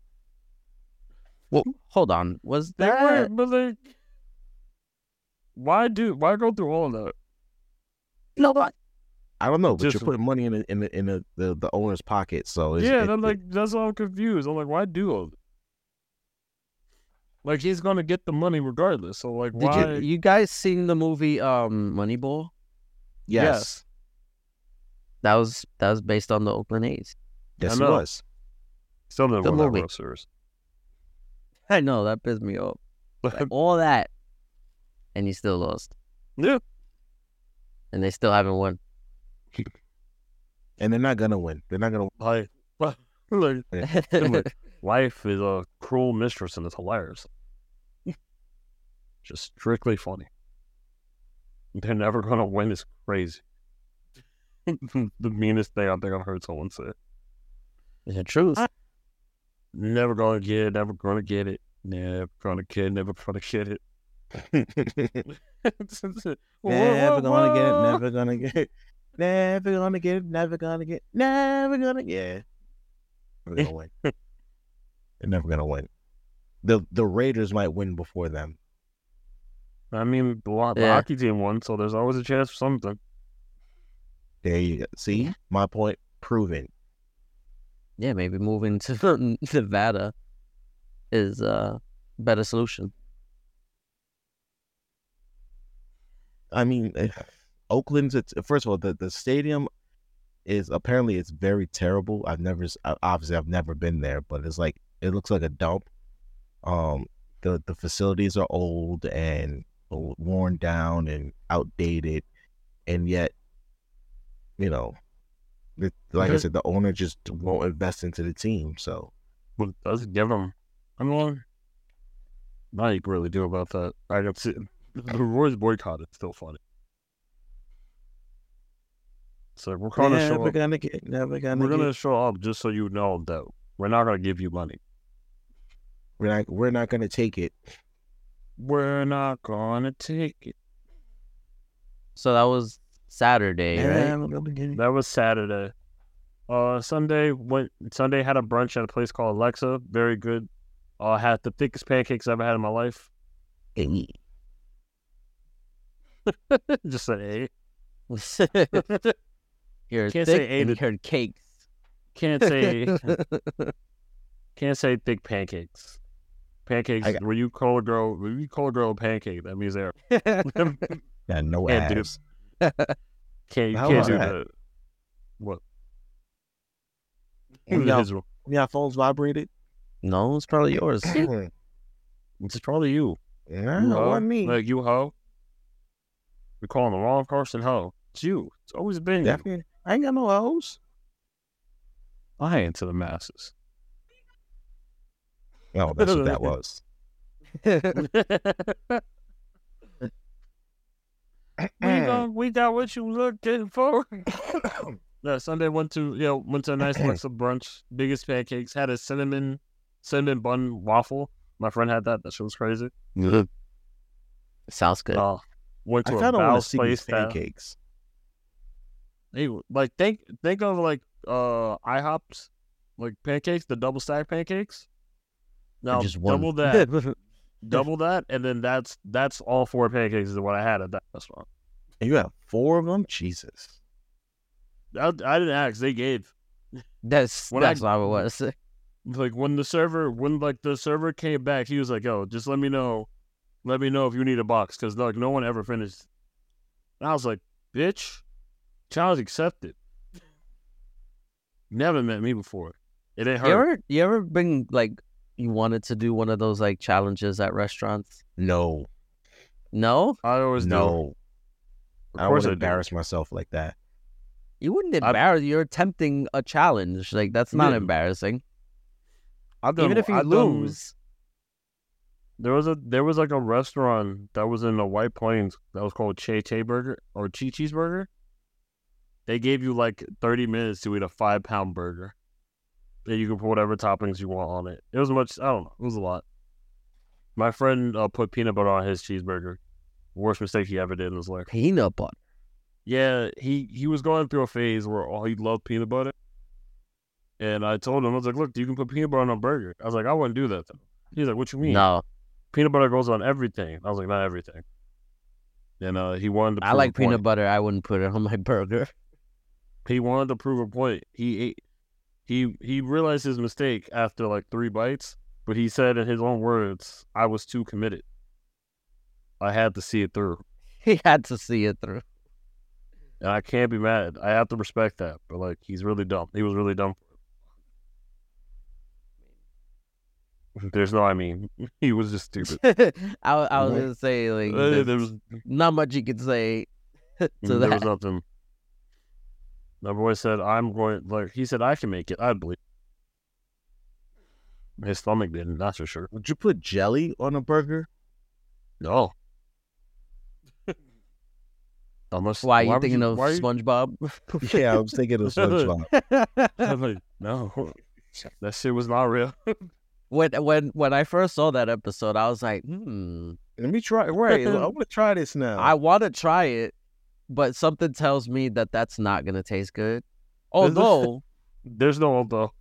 Speaker 3: Well, Oh, hold on. Was
Speaker 2: They
Speaker 3: that?
Speaker 2: weren't, but like, why do why go through all of that?
Speaker 3: No, but
Speaker 1: I don't know, but
Speaker 2: Just-
Speaker 1: you're putting money in the, in the, in the, the, the owner's pocket, so it's,
Speaker 2: yeah,
Speaker 1: it-
Speaker 2: and I'm
Speaker 1: it-
Speaker 2: like, that's all I'm confused. I'm like, why do all that? Like he's gonna get the money regardless. So like,
Speaker 3: did
Speaker 2: why?
Speaker 3: you you guys seen the movie um Moneyball?
Speaker 1: yes,
Speaker 3: That was that was based on the Oakland A's.
Speaker 1: yes,
Speaker 2: I
Speaker 1: it
Speaker 2: know.
Speaker 1: was.
Speaker 2: Still didn't
Speaker 3: Good
Speaker 2: win that
Speaker 3: movie.
Speaker 2: World Series.
Speaker 3: I know that pissed me off. Like, all that and you still lost,
Speaker 2: Yeah.
Speaker 3: and they still haven't won.
Speaker 1: and they're not gonna win. They're not gonna.
Speaker 2: Like, like,
Speaker 3: That's
Speaker 2: life is a cruel mistress and it's hilarious. Just strictly funny. They're never going to win is crazy. the meanest thing I think I've heard someone say.
Speaker 3: the truth.
Speaker 2: Never going to get it, never going to get it, never going to get it, never going to get it.
Speaker 1: never gonna get it. Never gonna get it. Never gonna get it. Never gonna get. Never gonna yeah. Never gonna win. They're never gonna win. The the Raiders might win before them.
Speaker 2: I mean, the, lo- the
Speaker 3: Yeah.
Speaker 2: hockey team won, so there's always a chance for something.
Speaker 1: There you go. see my point proven.
Speaker 3: Yeah, maybe moving to Nevada is a better solution.
Speaker 1: I mean, eh, Oakland's. It's first of all the the stadium is apparently it's very terrible. I've never s- I- obviously I've never been there, but it's like it looks like a dump. Um, the the facilities are old and worn down and outdated, and yet, you know, the, like I
Speaker 2: Mhm.
Speaker 1: said, the owner just won't invest into the team. So
Speaker 2: But it does give them. I mean, not you can really do about that. I can see the Roy's boycott is still funny. So we're gonna show up.
Speaker 1: gonna get, never gonna,
Speaker 2: We're gonna show up just so you know that we're not gonna give you money.
Speaker 1: we're not we're not gonna take it.
Speaker 2: We're not gonna take it.
Speaker 3: So that was Saturday, right?
Speaker 1: Never gonna get it.
Speaker 2: That was Saturday. Uh, Sunday went. Sunday had a brunch at a place called Alexa. Very good. uh, had the thickest pancakes I've ever had in my life. just an eight.
Speaker 3: You're
Speaker 2: Can't
Speaker 3: thick
Speaker 2: say ate
Speaker 3: and
Speaker 2: it.
Speaker 3: you're cakes.
Speaker 2: Can't say can't say thick pancakes. Pancakes.
Speaker 1: I got-
Speaker 2: when you call a girl, when you call a girl a pancake, that means they're can't
Speaker 1: Yeah, no
Speaker 2: do.
Speaker 1: abs.
Speaker 2: Can't you
Speaker 1: How
Speaker 2: can't
Speaker 1: was
Speaker 2: do
Speaker 1: that?
Speaker 2: that? What?
Speaker 1: No.
Speaker 2: It's-
Speaker 1: Yeah, phones vibrated.
Speaker 3: no, it's probably yours.
Speaker 2: It's probably you.
Speaker 1: Mm-hmm. Yeah,
Speaker 2: you
Speaker 1: no,
Speaker 2: hoe.
Speaker 1: I mean,
Speaker 2: Like you hoe. We're calling the wrong person hoe. It's you. It's always been you.
Speaker 1: definitely. I ain't got no hoes.
Speaker 2: lying to the masses.
Speaker 1: Oh, that's what that was.
Speaker 2: We got we got what you looking for. no, Sunday went to you know, went to a nice Alexa brunch, biggest pancakes, had a cinnamon cinnamon bun waffle. My friend had that. That shit was crazy.
Speaker 3: Sounds good.
Speaker 2: Uh, went
Speaker 1: I
Speaker 2: to a
Speaker 1: kind of want
Speaker 2: Val's
Speaker 1: to see these
Speaker 2: place that
Speaker 1: pancakes.
Speaker 2: they were- like think think of like uh IHOP's like pancakes, the double stack pancakes. Now
Speaker 1: just one.
Speaker 2: double that, double that, and then that's that's all four pancakes is what I had at that restaurant.
Speaker 1: And you have four of them? Jesus.
Speaker 2: I, I didn't ask; they gave.
Speaker 3: That's
Speaker 2: When I-
Speaker 3: that's how it was.
Speaker 2: like when the server when like the server came back, he was like, "Yo, just let me know, let me know if you need a box," because like no one ever finished. And I was like, "Bitch, challenge accepted." Never met me before. It ain't her.
Speaker 3: You ever you ever been like you wanted to do one of those like challenges at restaurants?
Speaker 1: No.
Speaker 3: No,
Speaker 2: I always do.
Speaker 1: No.
Speaker 2: Of
Speaker 1: I
Speaker 2: course
Speaker 1: would
Speaker 2: I do.
Speaker 1: embarrass myself like that.
Speaker 3: you wouldn't
Speaker 2: I've-
Speaker 3: embarrass. You're attempting a challenge. Like that's not
Speaker 2: Yeah.
Speaker 3: embarrassing.
Speaker 2: I've done,
Speaker 3: Even if you
Speaker 2: I've done-
Speaker 3: lose,
Speaker 2: there was a there was like a restaurant that was in the White Plains that was called Che Che Burger or Chi Cheeseburger. They gave you like thirty minutes to eat a five pound burger. And you can put whatever toppings you want on it. It was much I don't know, it was a lot. My friend uh, put peanut butter on his cheeseburger. Worst mistake he ever did in his life.
Speaker 3: peanut butter.
Speaker 2: Yeah, he he was going through a phase where all he loved peanut butter. And I told him, I was like, look, you can put peanut butter on a burger. I was like, I wouldn't do that though. He's like, what you mean?
Speaker 3: No,
Speaker 2: peanut butter goes on everything. I was like, not everything. And uh, he wanted to.
Speaker 3: I
Speaker 2: prove a
Speaker 3: like peanut
Speaker 2: point.
Speaker 3: butter. I wouldn't put it on my burger.
Speaker 2: He wanted to prove a point. He ate. He he realized his mistake after like three bites, but he said in his own words, "I was too committed. I had to see it through,
Speaker 3: He had to see it through.
Speaker 2: and I can't be mad. I have to respect that." But like, he's really dumb. He was really dumb. There's no, I mean, he was just stupid.
Speaker 3: I, I was
Speaker 4: Right.
Speaker 3: gonna say like
Speaker 2: Uh, there
Speaker 3: that's-
Speaker 2: was
Speaker 3: not much you could say to
Speaker 2: Mm, there
Speaker 3: that.
Speaker 2: was nothing. My boy said, "I'm going." Like he said, "I can make it." I believe. His stomach didn't. That's for sure.
Speaker 1: Would you put jelly on a burger?
Speaker 2: No. Unless
Speaker 3: Why are you
Speaker 2: would
Speaker 3: thinking of
Speaker 2: why you-
Speaker 3: SpongeBob?
Speaker 4: Yeah, I was thinking of SpongeBob.
Speaker 2: I'm like, no, that shit was not real.
Speaker 3: when when when I first saw that episode, I was like, hmm,
Speaker 1: Let me try. Right, I want to try this
Speaker 2: Oh.
Speaker 1: now.
Speaker 3: I want to try it, but something tells me that that's not gonna taste good.
Speaker 2: There's no-
Speaker 3: Although
Speaker 2: There's no although.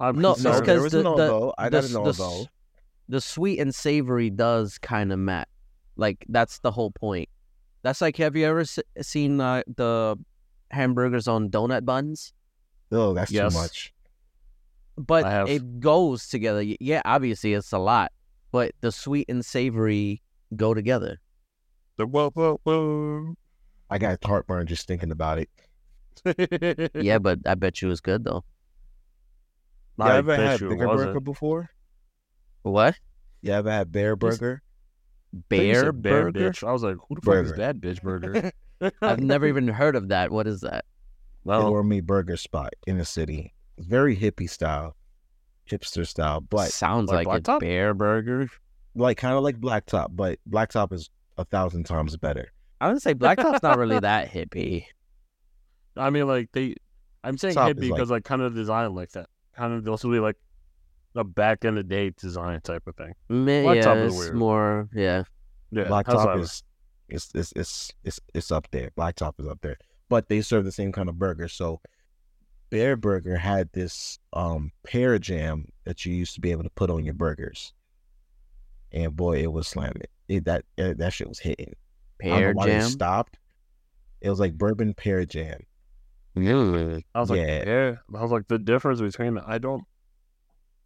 Speaker 2: I'm
Speaker 3: Oh, No, no,
Speaker 1: no,
Speaker 2: concerned.
Speaker 1: there
Speaker 3: 'cause
Speaker 1: was
Speaker 3: the-
Speaker 1: no
Speaker 3: the-
Speaker 1: though. I
Speaker 3: the,
Speaker 1: got an
Speaker 3: the, s-
Speaker 1: although.
Speaker 3: the sweet and savory does kind of match. Like that's the whole point. That's like, have you ever se- seen uh, the hamburgers on donut buns?
Speaker 1: No, Oh, that's
Speaker 2: Yes.
Speaker 1: too much.
Speaker 3: but
Speaker 2: I have-
Speaker 3: it goes together. Y- Yeah, obviously it's a lot, but the sweet and savory go together.
Speaker 2: The whoa, whoa, whoa.
Speaker 1: I got heartburn just thinking about it.
Speaker 3: yeah, but I bet you it's good though.
Speaker 1: You
Speaker 2: I
Speaker 1: ever
Speaker 2: bet
Speaker 1: had
Speaker 2: you it
Speaker 1: bear burger
Speaker 2: wasn't.
Speaker 1: before?
Speaker 3: What
Speaker 1: You ever had bear burger?
Speaker 2: I think you
Speaker 3: bear
Speaker 2: said bear
Speaker 3: burger?
Speaker 2: bitch. I was like, who the fuck is
Speaker 1: Burger.
Speaker 2: that bitch burger?
Speaker 3: I've never even heard of that. What is that?
Speaker 1: Or
Speaker 2: well,
Speaker 1: me burger spot in the city. It's very hippie style, hipster style, but
Speaker 3: Sounds
Speaker 2: like
Speaker 3: like, a
Speaker 2: Blacktop?
Speaker 3: bear burger.
Speaker 1: like kind of like blacktop, but blacktop is a thousand times better.
Speaker 3: I would say blacktop's not really that hippie.
Speaker 2: I mean, like they. I'm saying
Speaker 1: Top
Speaker 2: hippie
Speaker 1: is like-
Speaker 2: because like kind of designed like that. Kind of also be like a back in the day design type of thing.
Speaker 3: Me-
Speaker 2: Blacktop
Speaker 3: yeah,
Speaker 2: is
Speaker 3: it's
Speaker 2: weird.
Speaker 3: more yeah.
Speaker 2: Yeah, that's what I
Speaker 1: blacktop
Speaker 2: was-
Speaker 1: is it's it's it's it's it's up there. Blacktop is up there, but they serve the same kind of burger. So Bear Burger had this um pear jam that you used to be able to put on your burgers, and boy, it was slamming. It, that it, that shit was hitting. I
Speaker 3: Pear
Speaker 1: don't know why they
Speaker 3: jam.
Speaker 1: stopped. It was like bourbon pear jam.
Speaker 2: I was like,
Speaker 1: Yeah.
Speaker 2: yeah. I was like, the difference between I don't.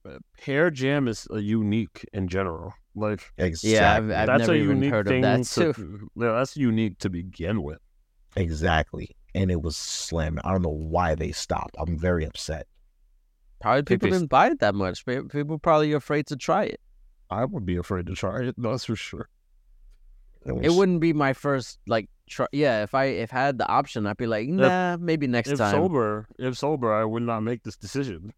Speaker 2: uh, Pear jam is uh, unique in general. Like
Speaker 1: Exactly.
Speaker 3: Yeah, I've, I've
Speaker 2: that's
Speaker 3: never
Speaker 2: a
Speaker 3: even
Speaker 2: unique
Speaker 3: heard of
Speaker 2: thing.
Speaker 3: that
Speaker 2: to,
Speaker 3: too.
Speaker 2: yeah, that's unique to begin with.
Speaker 1: exactly. And it was slamming. I don't know why they stopped. I'm very upset.
Speaker 3: Probably people
Speaker 2: Hippies.
Speaker 3: didn't buy it that much. Pe- People probably afraid to try it.
Speaker 2: I would be afraid to try it. That's for sure.
Speaker 3: It wouldn't be my first like try. Yeah, if I if I had the option, I'd be like, nah, maybe next
Speaker 2: if
Speaker 3: time.
Speaker 2: sober, if sober, I would not make this decision.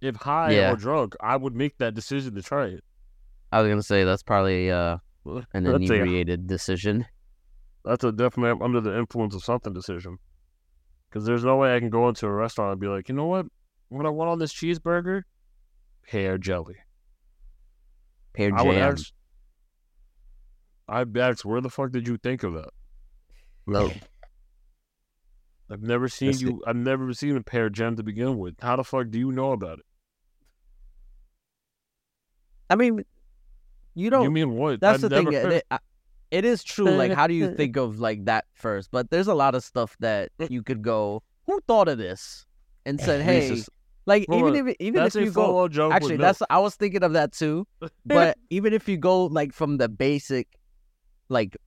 Speaker 2: If high
Speaker 3: Yeah.
Speaker 2: or drunk, I would make that decision to try it.
Speaker 3: I was gonna say that's probably uh, an
Speaker 2: That's a-
Speaker 3: inebriated decision.
Speaker 2: That's a definitely I'm under the influence of something decision. Because there's no way I can go into a restaurant and be like, you know what? What I want on this cheeseburger? Pear jelly.
Speaker 3: Pear
Speaker 2: I would
Speaker 3: jam.
Speaker 2: ask. I'd ask, where the fuck did you think of that?
Speaker 3: No.
Speaker 2: I've never seen
Speaker 1: That's it.
Speaker 2: you. I've never seen a pear jam to begin with. How the fuck do you know about it?
Speaker 3: I mean, you
Speaker 2: You,
Speaker 3: don't.
Speaker 2: mean what?
Speaker 3: that's
Speaker 2: I've
Speaker 3: the thing. eh,
Speaker 2: never-
Speaker 3: It, I- it is true. Like, how do you think of like that first? But there's a lot of stuff that you could go. Who thought of this? And said, hey,
Speaker 2: Jesus.
Speaker 3: like
Speaker 2: Well,
Speaker 3: even if even if
Speaker 2: That's
Speaker 3: you
Speaker 2: a
Speaker 3: go.
Speaker 2: full on joke. with
Speaker 3: Actually,
Speaker 2: milk.
Speaker 3: that's I was thinking of that too. But even if you go like from the basic, like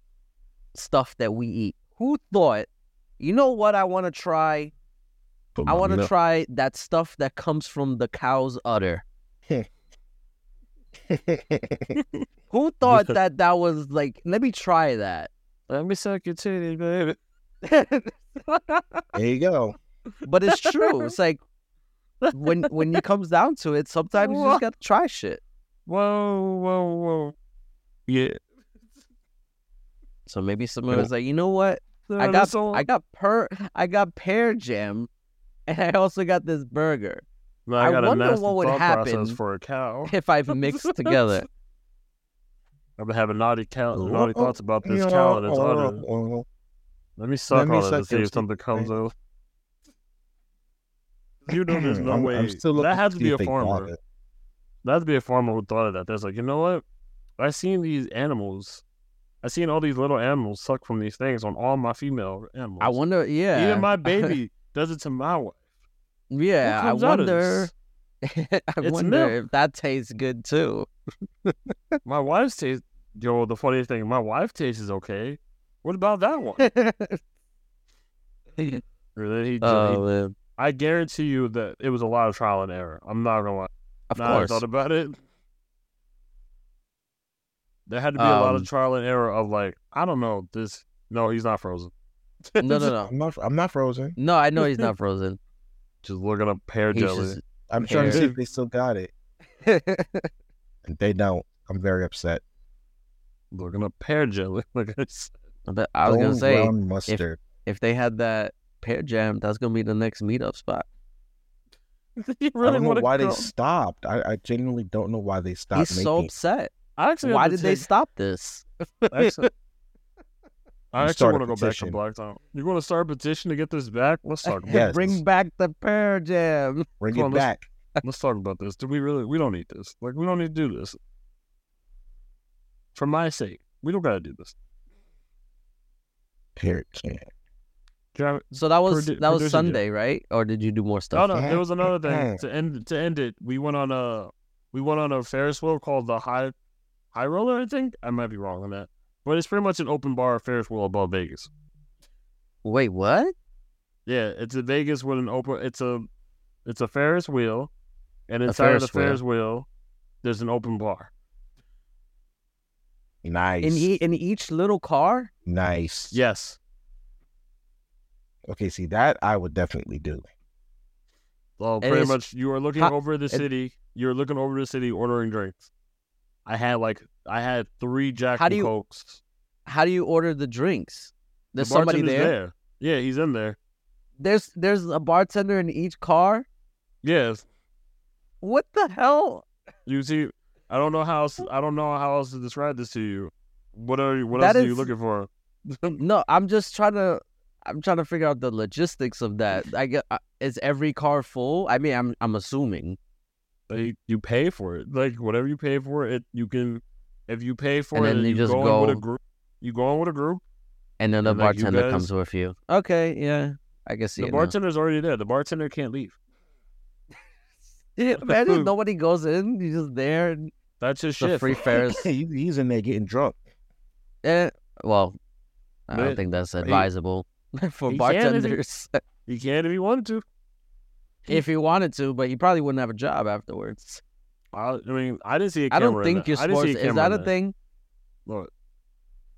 Speaker 3: stuff that we eat, who thought, you know what I want to try? I want to try that stuff that comes from the cow's udder. Who thought that that was like? Let me try that.
Speaker 2: Let me suck your titty, baby.
Speaker 1: there you go.
Speaker 3: But it's true. It's like when when it comes down to it, sometimes you just gotta try shit.
Speaker 2: Whoa, whoa, whoa. Yeah.
Speaker 3: So maybe someone was like, you know what? I
Speaker 2: Uh,
Speaker 3: got
Speaker 2: this all-
Speaker 3: I got per I got pear jam, and I also got this burger.
Speaker 2: Man, I,
Speaker 3: I
Speaker 2: got a
Speaker 3: wonder
Speaker 2: nasty
Speaker 3: what would
Speaker 2: thought process
Speaker 3: happen
Speaker 2: for a cow.
Speaker 3: If I've mixed together,
Speaker 2: I've been having naughty, cow, naughty thoughts about this cow and its udder. Let me suck
Speaker 1: oh, Let me
Speaker 2: on it
Speaker 1: suck
Speaker 2: and see
Speaker 1: your
Speaker 2: if something
Speaker 1: titty,
Speaker 2: comes
Speaker 1: baby.
Speaker 2: out. You know, there's no
Speaker 1: hmm, I'm-
Speaker 2: way.
Speaker 1: I'm still looking
Speaker 2: that has to
Speaker 1: see
Speaker 2: be a
Speaker 1: if they thought
Speaker 2: farmer.
Speaker 1: of it.
Speaker 2: That has to be a farmer who thought of that. That's like, you know what? i seen these animals. i seen all these little animals suck from these things on all my female animals.
Speaker 3: I wonder. Yeah,
Speaker 2: Even my baby does it to my wife. What
Speaker 3: yeah, I
Speaker 2: comes out of
Speaker 3: wonder.
Speaker 2: this?
Speaker 3: I
Speaker 2: It's
Speaker 3: wonder
Speaker 2: milk.
Speaker 3: if that tastes good too.
Speaker 2: My wife's taste. Yo, the funniest thing, my wife tastes is okay. What about that one? Or that he- he-
Speaker 1: Uh,
Speaker 3: Oh man,
Speaker 2: I guarantee you that it was a lot of trial and error. I'm not gonna lie.
Speaker 3: of
Speaker 2: Now that I
Speaker 3: course.
Speaker 2: thought about it. There had to be a lot
Speaker 3: Um,
Speaker 2: of trial and error of like, I don't know this. No, he's not frozen.
Speaker 3: No, no, no.
Speaker 1: I'm not. I'm not frozen.
Speaker 3: No, I know he's not frozen.
Speaker 2: Just looking up pear
Speaker 3: He's
Speaker 2: jelly.
Speaker 3: just
Speaker 1: I'm trying to see
Speaker 2: Hair.
Speaker 1: if they still got it. And they don't. I'm very upset.
Speaker 2: Looking up pear jelly. Like I said.
Speaker 3: But I was gonna
Speaker 1: Golden
Speaker 3: say
Speaker 1: brown mustard.
Speaker 3: if they had that pear jam, that's gonna be the next meetup spot.
Speaker 2: you
Speaker 1: I don't know
Speaker 2: wanna
Speaker 1: why
Speaker 2: go-
Speaker 1: they stopped. I, I genuinely don't know why they stopped.
Speaker 3: He's so
Speaker 1: making.
Speaker 3: upset.
Speaker 2: I actually
Speaker 3: Why
Speaker 2: had to
Speaker 3: did they
Speaker 2: take-
Speaker 3: stop this?
Speaker 2: actually- I
Speaker 1: You
Speaker 2: actually
Speaker 1: start a
Speaker 2: want to go back to
Speaker 1: petition.
Speaker 2: Blacktown. You want to start a petition to get this back? Let's talk. About
Speaker 1: Yes.
Speaker 3: Bring back the pear jam.
Speaker 1: Bring
Speaker 2: Come
Speaker 1: it
Speaker 2: on, let's-
Speaker 1: back.
Speaker 2: Let's talk about this. Do we really? We don't need this. Like we don't need to do this. For my sake, we don't gotta do this.
Speaker 1: Pear jam.
Speaker 2: Can I-
Speaker 3: So that was
Speaker 2: Produ- producer
Speaker 3: that was
Speaker 2: jam.
Speaker 3: Sunday, right? Or did you do more
Speaker 2: Oh
Speaker 3: stuff?
Speaker 2: no,
Speaker 1: Yeah.
Speaker 2: there was another
Speaker 1: Yeah.
Speaker 2: thing to end to end it. We went on a we went on a Ferris wheel called the High High Roller. I think I might be wrong on that, but it's pretty much an open bar Ferris wheel above Vegas.
Speaker 3: Wait, what?
Speaker 2: Yeah, it's a Vegas with an open. It's a it's a Ferris wheel, and inside
Speaker 3: Ferris
Speaker 2: of the Ferris wheel, there's an open bar.
Speaker 1: Nice.
Speaker 3: In e- in each little car?
Speaker 1: nice.
Speaker 2: Yes,
Speaker 1: Okay. See that I would definitely do.
Speaker 2: well,
Speaker 3: And
Speaker 2: pretty
Speaker 3: it's-
Speaker 2: much you are looking
Speaker 3: how-
Speaker 2: over the city. You're looking over the city, ordering drinks. I had like I had three Jack
Speaker 3: How
Speaker 2: and
Speaker 3: do you-
Speaker 2: Cokes.
Speaker 3: How do you order the drinks?
Speaker 2: The
Speaker 3: There's somebody
Speaker 2: bartender's
Speaker 3: there.
Speaker 2: there. Yeah, he's in there.
Speaker 3: There's there's a bartender in each car.
Speaker 2: Yes.
Speaker 3: What the hell?
Speaker 2: You see, I don't know how else, I don't know how else to describe this to you. What are you? What
Speaker 3: That
Speaker 2: else are you
Speaker 3: is-
Speaker 2: looking for?
Speaker 3: No, I'm just trying to I'm trying to figure out the logistics of that. I get uh, is every car full? I mean, I'm I'm assuming.
Speaker 2: Like, you pay for it. Like whatever you pay for it, you can. If you pay for
Speaker 3: And
Speaker 2: it,
Speaker 3: then
Speaker 2: and
Speaker 3: you
Speaker 2: you
Speaker 3: just
Speaker 2: go, in with
Speaker 3: go-
Speaker 2: a group. You go in with a group.
Speaker 3: And then the
Speaker 2: And, like, you
Speaker 3: bartender
Speaker 2: guys-
Speaker 3: comes with you. Okay, yeah. I guess
Speaker 2: the bartender's already there. The bartender can't leave.
Speaker 3: Imagine nobody goes in. He's just there. and
Speaker 2: That's his
Speaker 3: It's a
Speaker 2: shit.
Speaker 3: free Ferris.
Speaker 1: He- he's in there getting drunk.
Speaker 3: eh, well, I don't
Speaker 2: Man,
Speaker 3: think that's
Speaker 2: he-
Speaker 3: advisable for
Speaker 2: he can if he-
Speaker 3: bartenders
Speaker 2: he can if he wanted to.
Speaker 3: if he wanted to, but he probably wouldn't have a job afterwards.
Speaker 2: I, I mean, I didn't see a
Speaker 3: I
Speaker 2: camera.
Speaker 3: don't think
Speaker 2: in
Speaker 3: you're
Speaker 2: that. I didn't
Speaker 3: supposed.
Speaker 2: see
Speaker 3: Is
Speaker 2: camera
Speaker 3: that
Speaker 2: in
Speaker 3: a
Speaker 2: that.
Speaker 3: thing?
Speaker 2: Look,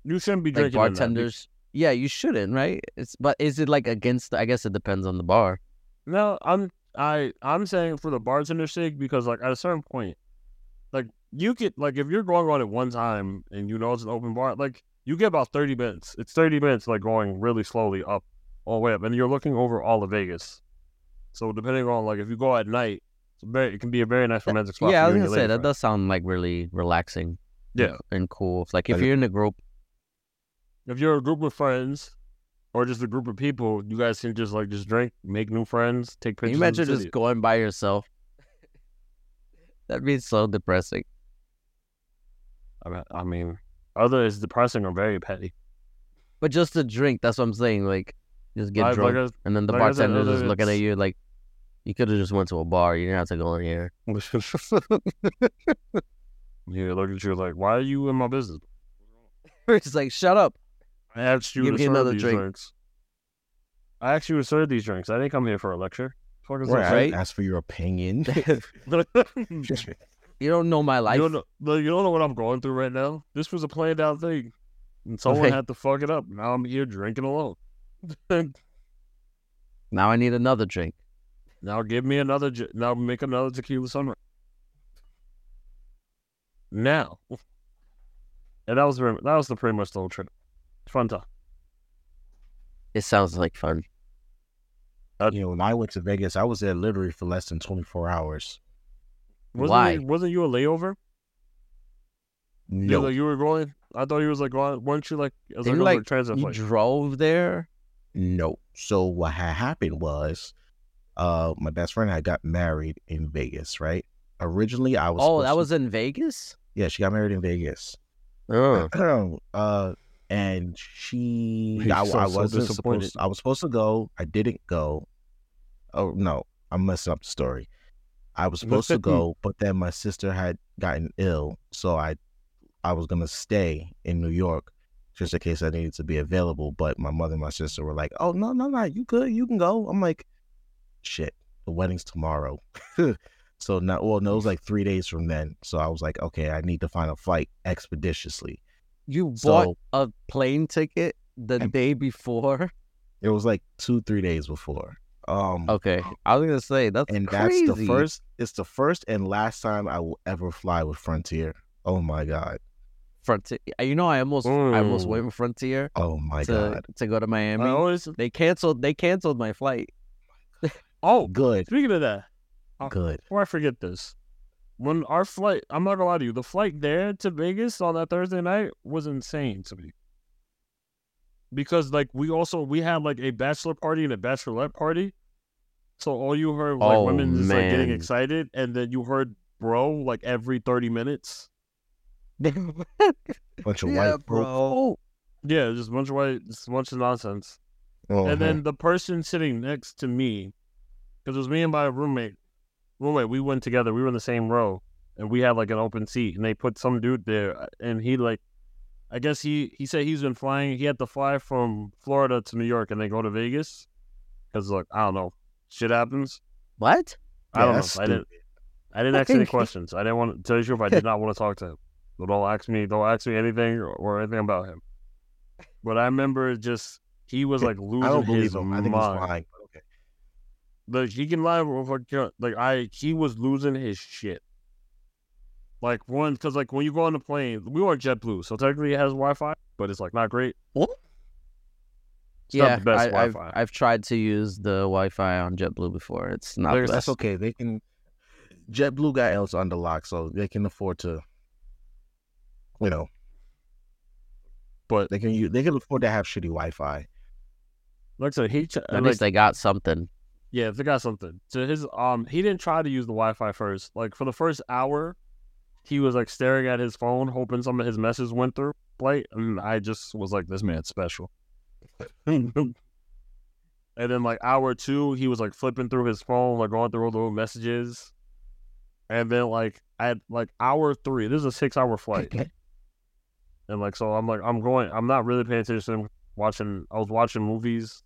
Speaker 2: you shouldn't be
Speaker 3: Like
Speaker 2: drinking in that.
Speaker 3: bartenders. Yeah, you shouldn't, right? It's but is it like against? I guess it depends on the bar.
Speaker 2: No, I'm I I'm saying for the bartender's sake because like at a certain point, like you get like if you're going on at one time and you know it's an open bar, like you get about thirty minutes. It's thirty minutes like going really slowly up all the way up, and you're looking over all of Vegas. So depending on like if you go at night, it's a very, it can be a very nice romantic spot.
Speaker 3: yeah,
Speaker 2: for
Speaker 3: I was
Speaker 2: you
Speaker 3: gonna
Speaker 2: and your
Speaker 3: say
Speaker 2: lady
Speaker 3: that
Speaker 2: friend.
Speaker 3: does sound like really relaxing.
Speaker 2: Yeah.
Speaker 3: and cool. Like if
Speaker 1: Like-
Speaker 3: you're in a group,
Speaker 2: If you're a group of friends. Or just a group of people, you guys can just like just drink, make new friends, take
Speaker 3: can
Speaker 2: pictures. of
Speaker 3: you
Speaker 2: the
Speaker 3: imagine just
Speaker 2: city.
Speaker 3: going by yourself. That'd be so depressing.
Speaker 2: I mean- I mean, other is depressing or very petty.
Speaker 3: But just to drink, that's what I'm saying. Like, just get
Speaker 2: I- like
Speaker 3: drunk,
Speaker 2: I-
Speaker 3: and then the
Speaker 2: like I said
Speaker 3: bartender is
Speaker 2: earlier,
Speaker 3: looking at
Speaker 2: it's-
Speaker 3: you like, you could have just went to a bar. You didn't have to go in here.
Speaker 2: yeah, look at you like, why are you in my business?
Speaker 3: it's like, shut up.
Speaker 2: I asked you
Speaker 3: Give
Speaker 2: to
Speaker 3: me
Speaker 2: serve
Speaker 3: another
Speaker 2: these
Speaker 3: drink.
Speaker 2: drinks. I asked you to serve these drinks. I didn't come here for a lecture. Fuck is
Speaker 1: Right.
Speaker 2: this?
Speaker 1: I
Speaker 3: Right?
Speaker 1: Ask for your opinion.
Speaker 2: you,
Speaker 3: You don't know my life.
Speaker 2: don't know, look, you don't know what I'm going through right now. This was a planned out thing. And someone
Speaker 3: Right.
Speaker 2: had to fuck it up. Now I'm here drinking alone.
Speaker 3: Now I need another drink.
Speaker 2: now give me another. j- Now make another tequila sunrise. Now, and that was very, that was the pretty much the whole trip. Fun time.
Speaker 3: It sounds like fun.
Speaker 1: you know, when I went to Vegas, I was there literally for less than 24 hours.
Speaker 2: Wasn't
Speaker 3: Why?
Speaker 2: You, wasn't you a layover? Yeah,
Speaker 1: No,
Speaker 2: like you were going. I thought you was like going. Weren't you like? It was like,
Speaker 3: Didn't,
Speaker 2: over
Speaker 3: like,
Speaker 2: a transit
Speaker 3: You
Speaker 2: flight.
Speaker 3: drove there.
Speaker 1: no. So what had happened was, uh, my best friend had got married in Vegas, right? Originally, I was.
Speaker 3: Oh, that
Speaker 1: supposed
Speaker 3: was
Speaker 1: to-
Speaker 3: in Vegas.
Speaker 1: yeah. She got married in Vegas.
Speaker 3: Oh,
Speaker 1: uh, and she,
Speaker 2: He's
Speaker 1: I,
Speaker 2: so-
Speaker 1: I
Speaker 2: so
Speaker 1: wasn't
Speaker 2: disappointed.
Speaker 1: supposed. I was supposed to go. I didn't go. Oh no, I'm messing up the story. I was supposed to go, but then my sister had gotten ill, so I, I was gonna stay in New York just in case I needed to be available. But my mother and my sister were like, "Oh no, no, no, you good, you can go." I'm like, "Shit, the wedding's tomorrow."
Speaker 4: So now, well, no, it was like three days from then. So I was like, okay, I need to find a flight expeditiously.
Speaker 3: You bought
Speaker 4: So-
Speaker 3: a plane ticket the
Speaker 4: I'm-
Speaker 3: day before.
Speaker 4: It was like two, three days before. Um,
Speaker 2: Oh,
Speaker 3: Okay, I was gonna say that's
Speaker 4: and
Speaker 3: crazy.
Speaker 4: that's the first. It's the first and last time I will ever fly with Frontier. Oh my god.
Speaker 3: Frontier. uh, You know, I almost I almost
Speaker 2: Mm.
Speaker 3: went with Frontier
Speaker 4: Oh my
Speaker 3: to
Speaker 4: god.
Speaker 3: to go to
Speaker 2: I
Speaker 3: Miami.
Speaker 2: always-
Speaker 3: They canceled. They canceled my flight.
Speaker 2: oh,
Speaker 4: Good.
Speaker 2: speaking of that, Oh,
Speaker 4: Good.
Speaker 2: before I forget this, when our flight, I'm not gonna lie to you, the flight there to Vegas on that Thursday night was insane to me. Because like we also we had like a bachelor party and a bachelorette party, so all you heard was like
Speaker 3: Oh,
Speaker 2: women just like getting
Speaker 3: man.
Speaker 2: excited, and then you heard bro like every thirty minutes.
Speaker 4: Bunch of
Speaker 3: yeah,
Speaker 4: white bro.
Speaker 3: bro. Oh,
Speaker 2: Yeah, just a bunch of white, just a bunch of nonsense.
Speaker 4: Oh,
Speaker 2: And
Speaker 4: Uh-huh.
Speaker 2: then the person sitting next to me, because it was me and my roommate. Roommate, we went together. We were in the same row, and we had like an open seat. And they put some dude there, uh, and he like, I guess he he said he's been flying. He had to fly from Florida to New York, and they go to Vegas, because like I don't know, shit happens.
Speaker 3: What?
Speaker 2: I
Speaker 4: Yeah,
Speaker 2: don't know.
Speaker 4: that's
Speaker 2: I didn't. I didn't
Speaker 3: I
Speaker 2: ask any
Speaker 3: think-
Speaker 2: questions. I didn't want to tell you the truth. I did not want to talk to him. So don't ask me. Don't ask me anything or, or anything about him. But I remember just he was like losing
Speaker 4: I don't
Speaker 2: his
Speaker 4: believe him. I
Speaker 2: mind.
Speaker 4: think he's lying. but Okay.
Speaker 2: Like he can lie, but fuck yeah, like I, he was losing his shit. Like one, because like when you go on the plane, we were on JetBlue, so technically it has Wi-Fi, but it's like not great.
Speaker 3: What?
Speaker 2: It's not
Speaker 3: yeah,
Speaker 2: the best
Speaker 3: I, I've,
Speaker 2: Wi-Fi.
Speaker 3: I've tried to use the Wi-Fi on JetBlue before. It's not
Speaker 2: There's-
Speaker 3: the best.
Speaker 4: That's okay. They can. JetBlue got else under lock, so they can afford to. You know,
Speaker 2: But
Speaker 4: they can use, they can afford to have shitty Wi-Fi.
Speaker 2: like I said, he ch-
Speaker 3: At
Speaker 2: like,
Speaker 3: least they got something.
Speaker 2: Yeah, they got something. So his um he didn't try to use the Wi-Fi first. Like for the first hour, he was like staring at his phone, hoping some of his messages went through plate. And I just was like, this man's special. and then like hour two, he was like flipping through his phone, like going through all the little messages. And then like at like hour three, this is a six hour flight. And like so I'm like I'm going I'm not really paying attention watching I was watching movies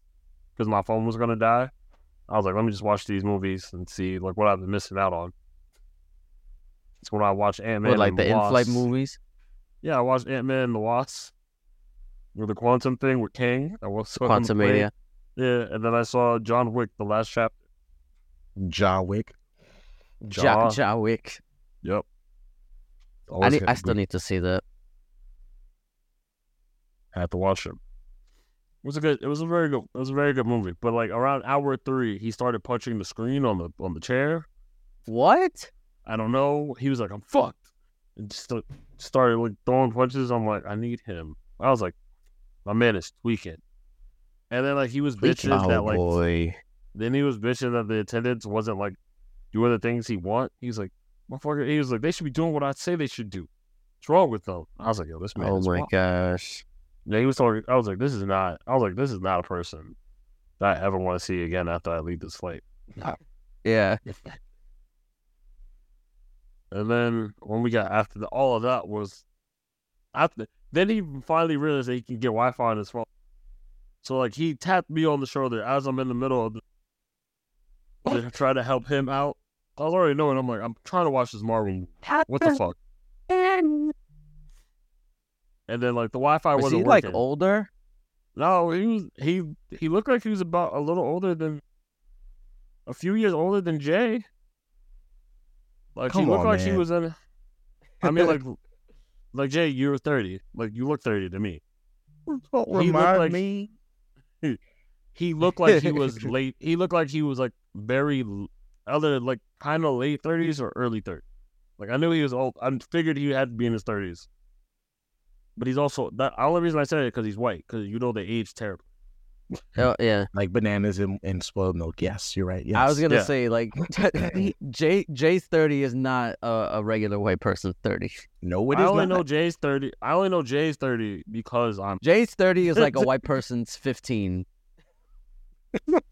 Speaker 2: because my phone was gonna die. I was like, let me just watch these movies and see like what I've been missing out on. It's when I watch Ant Man
Speaker 3: But like the in-flight movies.
Speaker 2: Yeah, I watched Ant Man and the Wasp. Or the quantum thing with King. I was on the
Speaker 3: Quantum
Speaker 2: plane.
Speaker 3: Mania.
Speaker 2: Yeah, and then I saw John Wick, the last chapter.
Speaker 4: John Wick.
Speaker 3: Ja,
Speaker 2: Jaw.
Speaker 3: ja Wick.
Speaker 2: Yep.
Speaker 3: I,
Speaker 2: Always
Speaker 3: need,
Speaker 2: had
Speaker 3: I
Speaker 2: to
Speaker 3: still need to see that.
Speaker 2: I had to watch him. It was a good. It was a very good. It was a very good movie. But like around hour three, he started punching the screen on the on the chair.
Speaker 3: What?
Speaker 2: I don't know. He was like, "I'm fucked," and just like, started like throwing punches. I'm like, "I need him." I was like, "My man is tweaking," and then like he was bitching that like
Speaker 3: boy.
Speaker 2: then he was bitching that the attendants wasn't like doing the things he want. He was like, "Motherfucker," he was like, "They should be doing what I say they should do." What's wrong with them? I was like, "Yo, this man."
Speaker 3: Oh
Speaker 2: is
Speaker 3: my
Speaker 2: wild."
Speaker 3: gosh.
Speaker 2: Yeah, he was talking. I was like, this is not. I was like, this is not a person that I ever want to see again after I leave this flight.
Speaker 3: Yeah.
Speaker 2: And then when we got after the, all of that was after. Then he finally realized that he can get Wi-Fi on his phone. So like he tapped me on the shoulder as I'm in the middle of the, to try to help him out. I was already knowing. I'm like, I'm trying to watch this Marvel. movie. What the fuck? And then like the Wi-Fi
Speaker 3: Is
Speaker 2: wasn't
Speaker 3: he like
Speaker 2: working.
Speaker 3: older?
Speaker 2: No, he was he he looked like he was about a little older than a few years older than Jay. Like he
Speaker 4: Come
Speaker 2: looked
Speaker 4: on,
Speaker 2: like he
Speaker 4: man.
Speaker 2: was in I mean like like Jay, you were thirty. Like you look thirty to me.
Speaker 4: Don't
Speaker 2: looked
Speaker 4: remind
Speaker 2: like-
Speaker 4: me.
Speaker 2: He looked like he was late he looked like he was like very l- other like kinda late thirties or early thirties. Like I knew he was old I figured he had to be in his thirties. But he's also that the only reason I said it because he's white, because you know they age terribly.
Speaker 3: Oh, yeah.
Speaker 4: Like bananas and, and spoiled milk. Yes, you're right. Yes.
Speaker 3: I was gonna
Speaker 2: Yeah.
Speaker 3: say like Jay Jay's thirty is not a, a regular white person's thirty.
Speaker 4: no, it
Speaker 2: I
Speaker 4: is
Speaker 2: only
Speaker 4: not.
Speaker 2: know Jay's thirty. I only know Jay's thirty because I'm.
Speaker 3: Jay's thirty is like a white person's fifteen.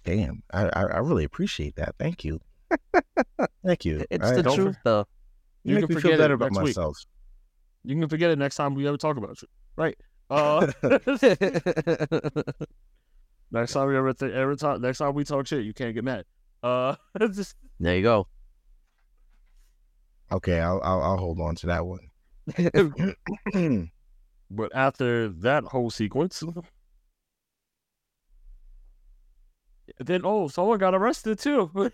Speaker 4: Damn, I, I I really appreciate that. Thank you. Thank you.
Speaker 3: It's
Speaker 4: I-
Speaker 3: the
Speaker 2: don't
Speaker 3: truth though.
Speaker 4: You,
Speaker 2: You
Speaker 4: make
Speaker 2: can
Speaker 4: me feel
Speaker 2: forget it
Speaker 4: better about
Speaker 2: next week.
Speaker 4: myself.
Speaker 2: You can forget it next time we ever talk about you, right? Uh, next time we ever th- ever talk, next time we talk shit, you can't get mad. Uh, just
Speaker 3: there you go.
Speaker 1: Okay, I'll I'll, I'll hold on to that one.
Speaker 2: But after that whole sequence, then oh, someone got arrested too.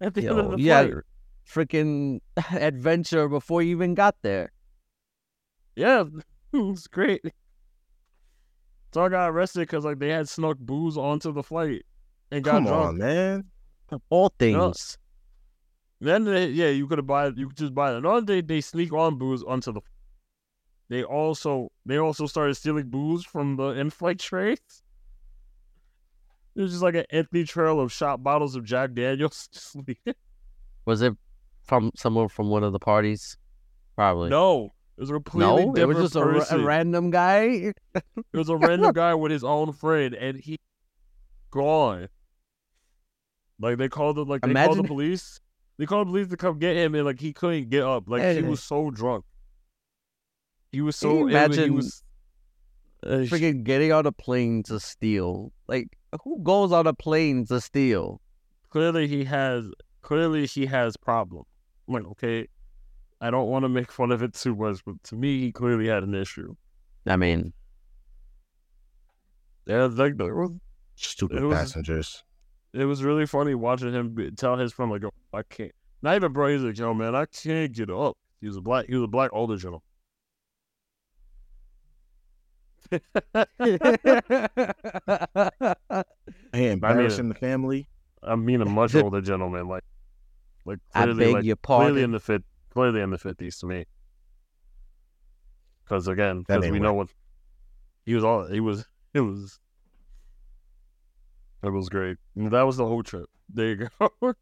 Speaker 2: At the end of
Speaker 3: Yo,
Speaker 2: the
Speaker 3: yeah.
Speaker 2: flight.
Speaker 3: Freaking adventure before you even got there.
Speaker 2: Yeah, it's great. So I got arrested because like they had snuck booze onto the flight and got
Speaker 1: Come
Speaker 2: drunk.
Speaker 1: on, man.
Speaker 3: All
Speaker 2: No.
Speaker 3: things.
Speaker 2: Then they, yeah, you could buy you could just buy it. No, they they sneak on booze onto the. They also they also started stealing booze from the in-flight trays. It was just like an empty trail of shot bottles of Jack Daniels. Just leaving.
Speaker 3: Was it from someone from one of the parties? Probably.
Speaker 2: No, it was a completely
Speaker 3: no, it
Speaker 2: different
Speaker 3: was just a, ra-
Speaker 2: person.
Speaker 3: a random guy.
Speaker 2: it was a random guy with his own friend, and he gone. Like they called the like they called
Speaker 3: Imagine-
Speaker 2: the police. They called the police to come get him, and like he couldn't get up. Like he
Speaker 3: Hey.
Speaker 2: was so drunk. He was
Speaker 3: Can
Speaker 2: so
Speaker 3: you
Speaker 2: ill that He
Speaker 3: imagine
Speaker 2: was, Uh, sh-
Speaker 3: Freaking getting on a plane to steal. Like, who goes on a plane to steal?
Speaker 2: clearly, he has clearly he has problem. I'm like okay, I don't want to make fun of it too much, but to me, he clearly had an issue.
Speaker 3: I mean,
Speaker 2: Yeah, like the
Speaker 1: Stupid
Speaker 2: It was-
Speaker 1: passengers.
Speaker 2: it was really funny watching him be- tell his friend like, "Yo, "I can't." Not even bro. He's like, "Yo, man, I can't get up." He was a black. He was a black older gentleman.
Speaker 1: Hey, embarrassing the family.
Speaker 2: I mean, a much older gentleman, like, like
Speaker 3: I
Speaker 2: clearly,
Speaker 3: beg
Speaker 2: like
Speaker 3: your
Speaker 2: clearly in
Speaker 3: pardon.
Speaker 2: the fit, clearly in the fifties to me. Because again,
Speaker 1: That
Speaker 2: because
Speaker 1: ain't
Speaker 2: we know what he was all. He was. It was. It was great. And that was the whole trip. There you go. I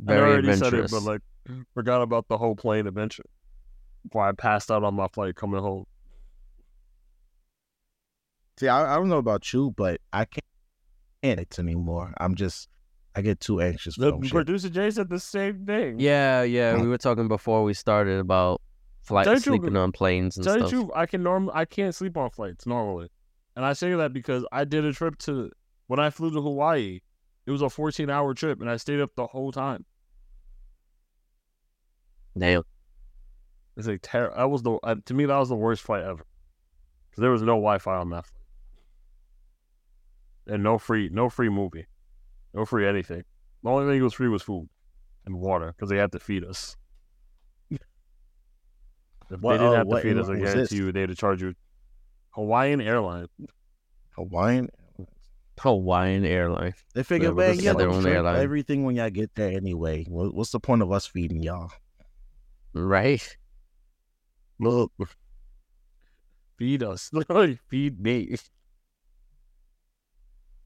Speaker 3: Very
Speaker 2: already said it,
Speaker 3: adventurous.
Speaker 2: but like forgot about the whole plane adventure. Why I passed out on my flight coming home.
Speaker 1: See, I, I don't know about you, but I can't can't it anymore. I'm just I get too anxious for
Speaker 2: The
Speaker 1: dumb Oh, shit.
Speaker 2: producer Jay said the same thing.
Speaker 3: yeah, yeah.
Speaker 1: Mm.
Speaker 3: We were talking before we started about flight
Speaker 2: Don't you-
Speaker 3: sleeping on planes and
Speaker 2: Tell you the
Speaker 3: stuff.
Speaker 2: truth, I can norm I can't sleep on flights normally. And I say that because I did a trip to when I flew to Hawaii, it was a fourteen hour trip and I stayed up the whole time.
Speaker 3: Damn.
Speaker 2: It's like ter- that was the uh, to me that was the worst flight ever. Cause there was no Wi Fi on that flight. And no free no free movie. No free anything. The only thing that was free was food and water, because they had to feed us. If
Speaker 1: What-
Speaker 2: they didn't
Speaker 1: oh,
Speaker 2: have to
Speaker 1: what
Speaker 2: feed us, I
Speaker 1: airline was
Speaker 2: guarantee
Speaker 1: this?
Speaker 2: you they'd charge you Hawaiian Airlines.
Speaker 1: Hawaiian.
Speaker 3: Hawaiian airline.
Speaker 1: They figure,
Speaker 3: Whatever,
Speaker 1: man,
Speaker 3: this
Speaker 1: yeah,
Speaker 3: is their
Speaker 1: they'll
Speaker 3: own
Speaker 1: drink
Speaker 3: airline.
Speaker 1: everything when y'all get there anyway. What, what's the point of us feeding y'all?
Speaker 3: Right?
Speaker 2: Look. Feed us. Literally feed me.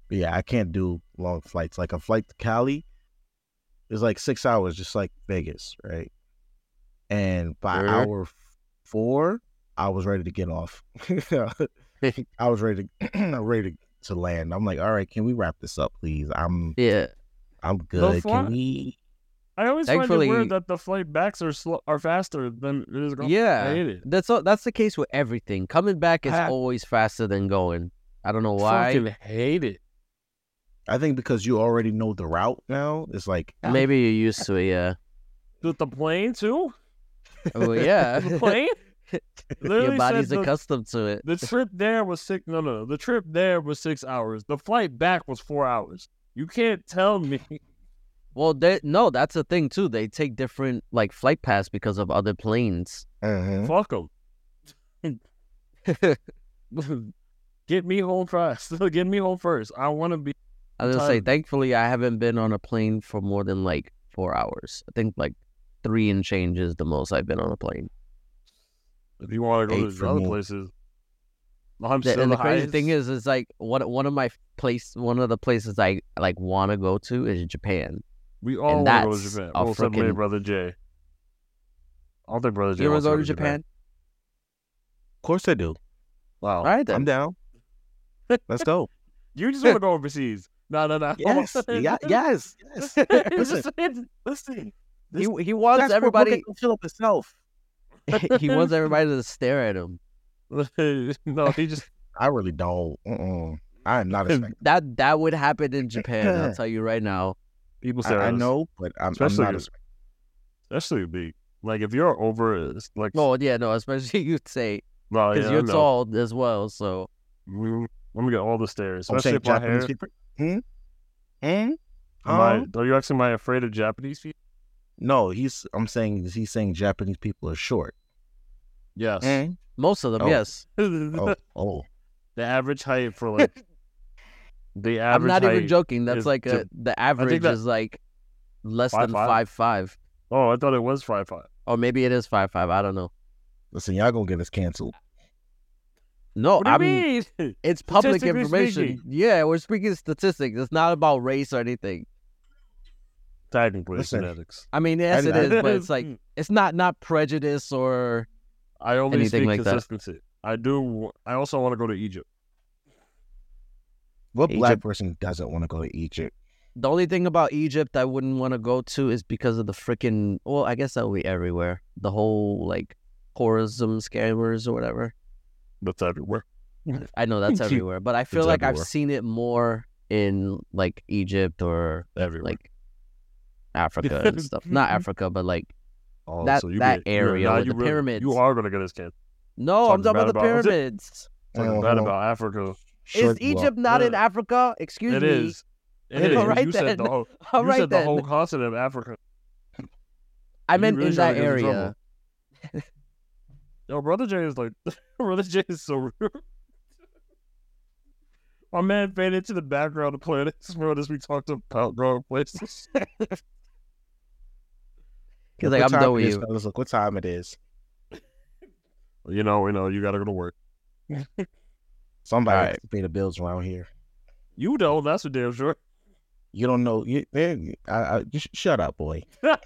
Speaker 1: But yeah, I can't do long flights. Like a flight to Cali is like six hours, just like Vegas, right? And by
Speaker 2: Sure.
Speaker 1: hour four, I was ready to get off. I was ready to ready to land. I'm like, all right, can we wrap this up, please? I'm
Speaker 3: Yeah.
Speaker 1: I'm good.
Speaker 2: fly-
Speaker 1: Can we?
Speaker 2: I always
Speaker 3: Thankfully-
Speaker 2: find it weird that the flight backs are slow, are faster than it is going. I
Speaker 3: Yeah.
Speaker 2: hate it.
Speaker 3: That's all, that's the case with everything. Coming back is
Speaker 2: Ah.
Speaker 3: always faster than going. I don't know why.
Speaker 2: Fucking hate it.
Speaker 1: I think because you already know the route now. It's like
Speaker 3: Maybe you're used to it, yeah.
Speaker 2: With the plane too?
Speaker 3: Well, yeah.
Speaker 2: The plane?
Speaker 3: Your
Speaker 2: Literally
Speaker 3: body's
Speaker 2: said the,
Speaker 3: accustomed to it.
Speaker 2: the trip there was six no no no. The trip there was six hours. The flight back was four hours. You can't tell me
Speaker 3: Well, they, no, that's the thing too. They take different like flight paths because of other planes.
Speaker 1: mhm.
Speaker 2: fuck them. Get me home fast. Get me home first. I want to be
Speaker 3: I was gonna say,
Speaker 2: Time.
Speaker 3: thankfully, I haven't been on a plane for more than like four hours. I think like three and change is the most I've been on a plane.
Speaker 2: If you want to
Speaker 1: Eight
Speaker 2: go to these
Speaker 1: for
Speaker 2: other
Speaker 1: me.
Speaker 2: places, I'm
Speaker 3: The-
Speaker 2: still
Speaker 3: and
Speaker 2: the,
Speaker 3: the crazy
Speaker 2: highest.
Speaker 3: thing is, is like one one of my place, one of the places I like want to go to is Japan.
Speaker 2: we all want
Speaker 3: and
Speaker 2: to go to
Speaker 3: that's
Speaker 2: Japan.
Speaker 3: a
Speaker 2: Well, except maybe
Speaker 3: frickin-
Speaker 2: brother Jay. I don't think brother Jay.
Speaker 3: You ever
Speaker 2: wants
Speaker 3: go to Japan?
Speaker 1: Of course I do.
Speaker 2: Wow,
Speaker 3: All right
Speaker 1: I'm
Speaker 3: then.
Speaker 1: down. Let's go.
Speaker 2: you just want to go overseas? No, no, no.
Speaker 1: Yes. yeah, yes. Yes.
Speaker 2: listen, listen.
Speaker 3: He,
Speaker 2: This-
Speaker 3: he wants everybody.
Speaker 1: fill up itself.
Speaker 3: he wants everybody to stare at him.
Speaker 2: no, he just
Speaker 1: I really don't. Mm-mm. I am not expecting.
Speaker 3: That that would happen in Japan. I'll tell you right now.
Speaker 2: People
Speaker 1: I,
Speaker 2: say
Speaker 1: I
Speaker 2: that,
Speaker 1: know, but I'm, I'm
Speaker 2: especially
Speaker 1: not.
Speaker 2: if-
Speaker 1: A,
Speaker 2: especially big. Like if you're over, it's like
Speaker 3: Oh yeah, no, especially you'd say
Speaker 2: well,
Speaker 3: because
Speaker 2: Oh, yeah, I
Speaker 3: you're
Speaker 2: know.
Speaker 3: tall as well. So
Speaker 2: Mm, Let me get all the stairs.
Speaker 1: I'm
Speaker 2: Especially
Speaker 1: saying
Speaker 2: if my hair.
Speaker 1: Japanese people. Hmm? Hmm?
Speaker 2: Am I-
Speaker 1: Huh?
Speaker 2: are you asking am I afraid of Japanese people?
Speaker 1: No, he's. I'm saying he's saying Japanese people are short.
Speaker 2: Yes.
Speaker 1: Hmm?
Speaker 3: most of them,
Speaker 1: Oh.
Speaker 3: yes.
Speaker 1: Oh, oh.
Speaker 2: Eh. The average height for like the
Speaker 3: I'm
Speaker 2: average.
Speaker 3: not
Speaker 2: height.
Speaker 3: even joking. That's
Speaker 2: is
Speaker 3: like a,
Speaker 2: to-
Speaker 3: the average
Speaker 2: that-
Speaker 3: is like less than
Speaker 2: 5'5"?
Speaker 3: five five,
Speaker 2: Oh, I thought it was five five.
Speaker 3: or maybe it is five five. I don't know.
Speaker 1: Listen, y'all gonna get us canceled.
Speaker 3: No,
Speaker 2: what do you
Speaker 3: I mean
Speaker 2: mean?
Speaker 3: it's public
Speaker 2: Statistically
Speaker 3: information.
Speaker 2: speaking.
Speaker 3: Yeah, we're speaking statistics. It's not about race or anything.
Speaker 2: Technically,
Speaker 1: Listen.
Speaker 2: genetics.
Speaker 3: I mean, yes, it
Speaker 1: I-
Speaker 3: is, but it's like it's not not prejudice or
Speaker 2: I only
Speaker 3: anything
Speaker 2: speak
Speaker 3: like that.
Speaker 2: consistency. I do. I also want to go to Egypt.
Speaker 1: What black
Speaker 3: Egypt.
Speaker 1: person doesn't want to go to Egypt?
Speaker 3: The only thing about Egypt I wouldn't want to go to is because of the freaking. Well, I guess that would be everywhere. The whole like tourism scammers or whatever.
Speaker 2: That's everywhere.
Speaker 3: I know that's
Speaker 2: Egypt.
Speaker 3: everywhere, but I feel
Speaker 2: It's
Speaker 3: like I've
Speaker 2: everywhere.
Speaker 3: seen it more in like Egypt or
Speaker 2: Everywhere. Mm-hmm.
Speaker 3: like Africa and stuff. Not Africa, but like
Speaker 2: oh,
Speaker 3: that-
Speaker 2: you
Speaker 3: that
Speaker 2: get-
Speaker 3: area
Speaker 2: nah,
Speaker 3: with
Speaker 2: you
Speaker 3: the
Speaker 2: really-
Speaker 3: pyramids.
Speaker 2: You are gonna get this kid.
Speaker 3: no, I'm
Speaker 2: Talking
Speaker 3: talking about the
Speaker 2: bad about-
Speaker 3: pyramids.
Speaker 2: Talking
Speaker 1: Uh-huh.
Speaker 2: bad about Africa.
Speaker 3: Is
Speaker 1: Short walk.
Speaker 3: Egypt not in
Speaker 2: Uh,
Speaker 3: Africa? Excuse
Speaker 2: It
Speaker 3: me.
Speaker 2: is. It
Speaker 3: All
Speaker 2: is.
Speaker 3: right
Speaker 2: you said the
Speaker 3: then.
Speaker 2: whole.
Speaker 3: All
Speaker 2: you
Speaker 3: right
Speaker 2: said the
Speaker 3: then.
Speaker 2: whole continent of Africa.
Speaker 3: I
Speaker 2: You
Speaker 3: meant
Speaker 2: really
Speaker 3: in
Speaker 2: trying
Speaker 3: that
Speaker 2: to get us in
Speaker 3: area.
Speaker 2: trouble. Yo, brother Jay is like, brother Jay is so rude. My man faded into the background of planets, bro. As we talked about growing places,
Speaker 3: Because
Speaker 1: Look what
Speaker 3: like I'm
Speaker 1: time
Speaker 3: done
Speaker 1: it
Speaker 3: with
Speaker 1: is,
Speaker 3: you.
Speaker 1: fellas. Look what time it is.
Speaker 2: you know, you know, you gotta go to work.
Speaker 1: Somebody
Speaker 3: All
Speaker 1: has to pay the bills around here.
Speaker 2: You don't. That's for damn sure.
Speaker 1: You don't know. You, man, I, I, you sh- shut up, boy. You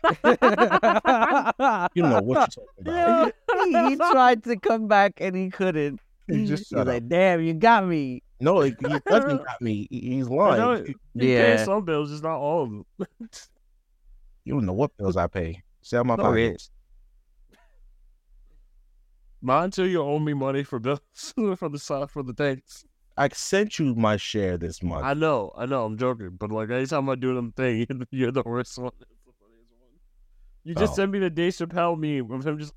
Speaker 1: don't know what you're talking about.
Speaker 2: Yeah.
Speaker 3: he, he tried to come back and he couldn't.
Speaker 1: You Just
Speaker 3: He's
Speaker 1: shut up.
Speaker 3: like, damn, you got me.
Speaker 1: No, he he definitely got me. He- He's
Speaker 2: I know
Speaker 1: lying.
Speaker 2: it. You pay
Speaker 3: Yeah.
Speaker 2: some bills, just not all of them.
Speaker 1: You don't know what bills I pay. Sell my
Speaker 3: No,
Speaker 1: pockets.
Speaker 2: Not until you owe me money for bills for the side for the things.
Speaker 1: I sent you my share this month.
Speaker 2: I know, I know, I'm joking, but like anytime I do them thing, you're the- you're the worst one. It's the funniest one. You just
Speaker 1: Oh.
Speaker 2: send me the Dave Chappelle meme of him just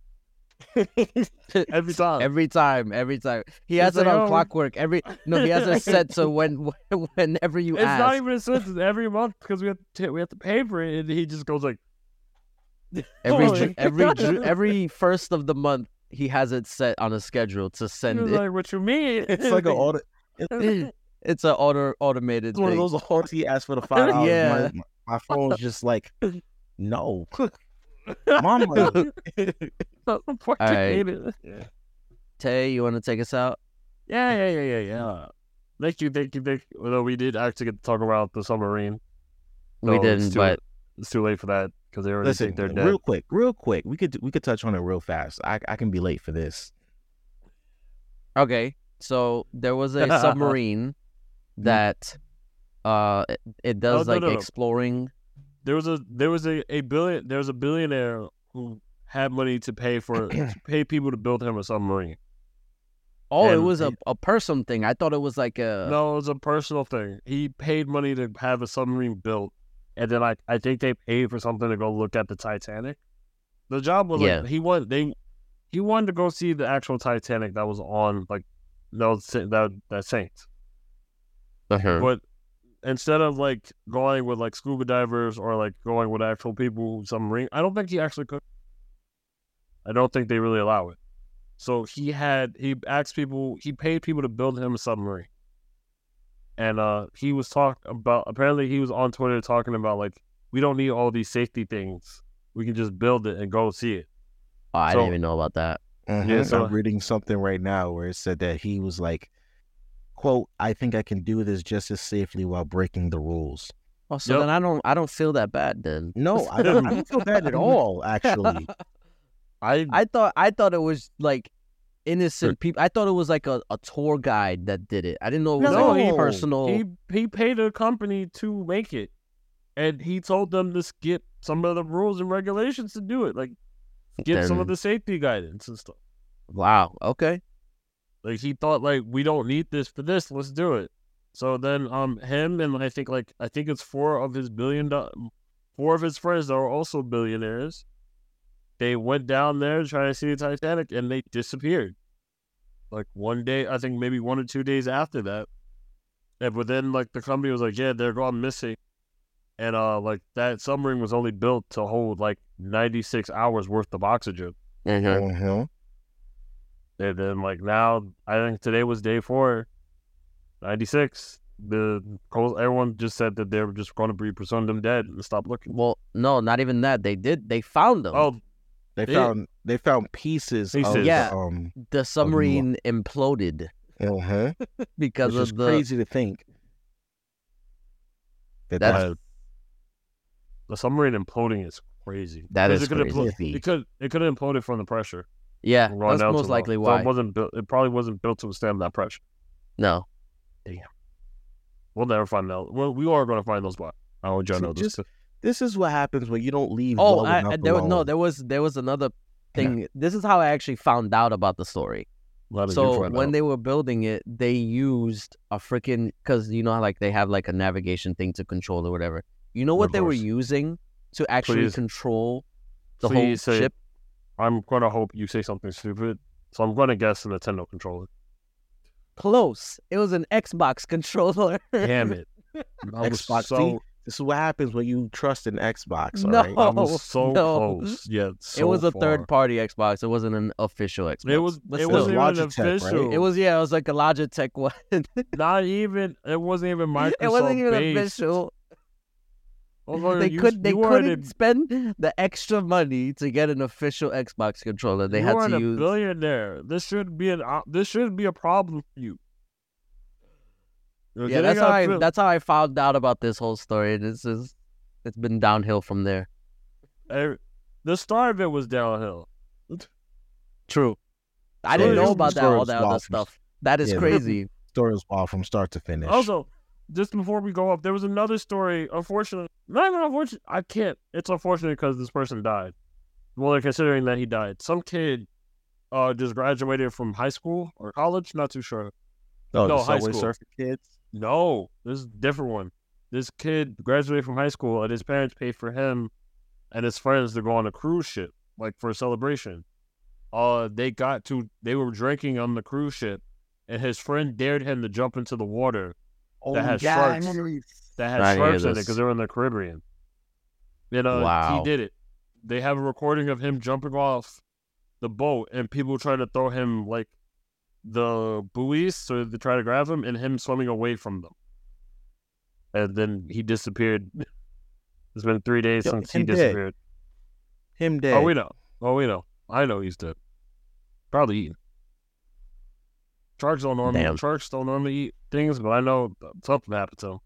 Speaker 2: every time.
Speaker 3: Every time, every time he
Speaker 2: It's
Speaker 3: has it
Speaker 2: like,
Speaker 3: on
Speaker 2: oh.
Speaker 3: clockwork. Every no, he has it set so when whenever you
Speaker 2: it's
Speaker 3: ask,
Speaker 2: not even a sentence every month because we have to we have to pay for it, and he just goes like,
Speaker 3: every
Speaker 2: Holy
Speaker 3: Ju- every Ju- every first of the month, he has it set on a schedule to
Speaker 2: and
Speaker 3: send it.
Speaker 2: like, what you mean?
Speaker 1: It's like an
Speaker 2: all.
Speaker 1: audit.
Speaker 3: it's an auto automated
Speaker 1: It's one of
Speaker 3: thing.
Speaker 1: those audits he asked for the five dollars.
Speaker 3: Yeah.
Speaker 1: My, my phone's just like, no. My money.
Speaker 3: right.
Speaker 2: Yeah.
Speaker 3: Tay, you want to take us out?
Speaker 2: Yeah, yeah, yeah, yeah, yeah. Thank you, thank you, thank you. Although we did actually get to talk about the submarine. No,
Speaker 3: we
Speaker 2: it's
Speaker 3: didn't,
Speaker 2: too-
Speaker 3: but
Speaker 2: It's too late for that because they already
Speaker 1: Listen,
Speaker 2: think they're dead.
Speaker 1: real quick, real quick. We could we could touch on it real fast. I I can be late for this.
Speaker 3: okay. So there was a submarine that uh it, it does
Speaker 2: no,
Speaker 3: like
Speaker 2: no, no.
Speaker 3: exploring.
Speaker 2: There was a there was a, a billion there was a billionaire who had money to pay for to pay people to build him a submarine.
Speaker 3: Oh, it
Speaker 2: And
Speaker 3: was a,
Speaker 2: he-
Speaker 3: a person thing. I thought it was like a
Speaker 2: No, it was a personal thing. He paid money to have a submarine built, and then I I think they paid for something to go look at the Titanic. The job was
Speaker 3: Yeah.
Speaker 2: like he wanted they he wanted to go see the actual Titanic that was on like that was, that that sank. But instead of like going with like scuba divers or like going with actual people, some ring, I don't think he actually could. I don't think they really allow it. So he had he asked people, he paid people to build him a submarine, and uh he was talk about. Apparently, he was on Twitter talking about like we don't need all these safety things. We can just build it and go see it.
Speaker 3: Oh, I
Speaker 2: So-
Speaker 3: didn't even know about that.
Speaker 4: Mm-hmm.
Speaker 1: Yeah,
Speaker 2: so-
Speaker 1: I'm reading something right now where it said that he was like, "quote I think I can do this just as safely while breaking the rules."
Speaker 3: Oh, so
Speaker 2: Yep.
Speaker 3: then I don't I don't feel that bad then.
Speaker 1: No, I don't, I don't feel bad at all. Actually,
Speaker 2: I
Speaker 3: I thought I thought it was like innocent people. I thought it was like a, a tour guide that did it. I didn't know it was
Speaker 2: No,
Speaker 3: like a
Speaker 2: he-
Speaker 3: personal.
Speaker 2: He he paid a company to make it, and he told them to skip some of the rules and regulations to do it, like skip some of
Speaker 3: Then-
Speaker 2: the safety guidance and stuff.
Speaker 3: Wow. Okay.
Speaker 2: Like he thought, like we don't need this for this, let's do it. So then, um, him and I think like I think it's four of his billion, do- four of his friends that were also billionaires. They went down there trying to see the Titanic, and they disappeared. Like one day, I think maybe one or two days after that. And but then, like the company was like, "Yeah, they're gone missing," and uh, like that submarine was only built to hold like ninety six hours worth of oxygen.
Speaker 1: Uh-huh.
Speaker 3: Mhm.
Speaker 4: Mm-hmm.
Speaker 2: And then like now, I think today was day four, 96. The Col- everyone just said that they were just going to be presumed them dead and stop looking.
Speaker 3: Well, no, not even that. They did. They found them.
Speaker 2: Oh,
Speaker 4: They
Speaker 2: Yeah.
Speaker 4: found they found pieces. Of,
Speaker 2: Pieces.
Speaker 4: yeah.
Speaker 3: Yeah.
Speaker 4: Um.
Speaker 3: the submarine imploded
Speaker 4: Uh-huh.
Speaker 3: because
Speaker 4: Which is
Speaker 3: of the.
Speaker 4: crazy to think. That
Speaker 3: That's-
Speaker 4: that-
Speaker 2: the submarine imploding is crazy.
Speaker 3: That
Speaker 2: 'Cause it
Speaker 3: is
Speaker 2: could impl-
Speaker 3: crazy.
Speaker 2: it could it could have imploded from the pressure.
Speaker 3: Yeah,
Speaker 2: from going
Speaker 3: that's
Speaker 2: down too
Speaker 3: most
Speaker 2: low.
Speaker 3: likely
Speaker 2: So
Speaker 3: why.
Speaker 2: it wasn't built. It probably wasn't built to withstand that pressure.
Speaker 3: no,
Speaker 2: We'll never find out. Well, we are going to find those spots. I want you to
Speaker 4: So
Speaker 2: know this.
Speaker 4: just- this is what happens when you don't leave.
Speaker 3: Oh,
Speaker 4: well
Speaker 3: I,
Speaker 4: enough
Speaker 3: I- there,
Speaker 4: alone.
Speaker 3: no, there was there was another thing. This is how I actually found out about the story.
Speaker 2: Let it
Speaker 3: so
Speaker 2: find
Speaker 3: when
Speaker 2: out.
Speaker 3: they were building it, they used a freaking because you know how like they have like a navigation thing to control or whatever. You know what they were
Speaker 2: Reverse.
Speaker 3: using to actually
Speaker 2: Please.
Speaker 3: control the whole
Speaker 2: Please say-
Speaker 3: ship?
Speaker 2: I'm going to hope you say something stupid. So I'm going to guess a Nintendo controller.
Speaker 3: Close. It was an Xbox controller.
Speaker 2: Damn it! I was
Speaker 4: Xbox,
Speaker 2: so
Speaker 4: see? This is what happens when you trust an Xbox.
Speaker 3: No.
Speaker 4: All right.
Speaker 2: I
Speaker 3: Oh,
Speaker 2: was so
Speaker 3: no.
Speaker 2: close. Yeah,
Speaker 3: it
Speaker 2: so
Speaker 3: was a
Speaker 2: far.
Speaker 3: third party Xbox. It wasn't an official Xbox.
Speaker 2: It was.
Speaker 3: But
Speaker 2: It
Speaker 3: still.
Speaker 2: wasn't
Speaker 4: It was
Speaker 2: even
Speaker 4: Logitech, right?
Speaker 2: official.
Speaker 3: It was yeah. It was like a Logitech one.
Speaker 2: not even. It wasn't even Microsoft.
Speaker 3: it wasn't even
Speaker 2: based.
Speaker 3: official.
Speaker 2: Although
Speaker 3: they
Speaker 2: you-
Speaker 3: could they
Speaker 2: you weren't
Speaker 3: couldn't
Speaker 2: a-
Speaker 3: spend the extra money to get an official Xbox controller. They
Speaker 2: you
Speaker 3: had
Speaker 2: weren't
Speaker 3: to
Speaker 2: a
Speaker 3: use
Speaker 2: billionaire. This should be an. op- This should be a problem for you.
Speaker 3: Yeah, that's how I that's how I found out about this whole story. And it's just it's been downhill from there.
Speaker 2: I, the start of it was downhill.
Speaker 3: True. I
Speaker 2: So
Speaker 3: didn't
Speaker 2: it
Speaker 3: know
Speaker 2: is
Speaker 3: about that
Speaker 4: sort
Speaker 3: all
Speaker 4: of
Speaker 3: that other
Speaker 4: sloppy.
Speaker 3: stuff. That is
Speaker 4: Yeah, but-
Speaker 3: crazy.
Speaker 4: Story was wild from start to finish.
Speaker 2: Also, just before we go up, there was another story. Unfortunately, not even unfortunate. I can't. It's unfortunate because this person died. Well, they're considering that he died. Some kid uh, just graduated from high school or college. Not too sure.
Speaker 4: oh,
Speaker 2: no,
Speaker 4: the
Speaker 2: high
Speaker 4: Subway
Speaker 2: school.
Speaker 4: Surfer kids.
Speaker 2: No, this is a different one. This kid graduated from high school, and his parents paid for him and his friends to go on a cruise ship, like for a celebration. Uh, they got to they were drinking on the cruise ship, and his friend dared him to jump into the water
Speaker 4: Oh,
Speaker 2: that had
Speaker 4: yeah,
Speaker 2: sharks that had
Speaker 3: I hear
Speaker 2: sharks in it
Speaker 3: this.
Speaker 2: because they were in the Caribbean. You know,
Speaker 3: Wow.
Speaker 2: he did it. They have a recording of him jumping off the boat and people trying to throw him like the buoys so they try to grab him and him swimming away from them. And then he disappeared. It's been three days
Speaker 4: Yo,
Speaker 2: since he
Speaker 4: him dead.
Speaker 2: disappeared.
Speaker 4: Him dead.
Speaker 2: Oh, we know. Oh, we know. I know he's dead. Probably eating. Sharks don't normally
Speaker 3: Damn.
Speaker 2: sharks don't normally eat things, but I know something happened to him.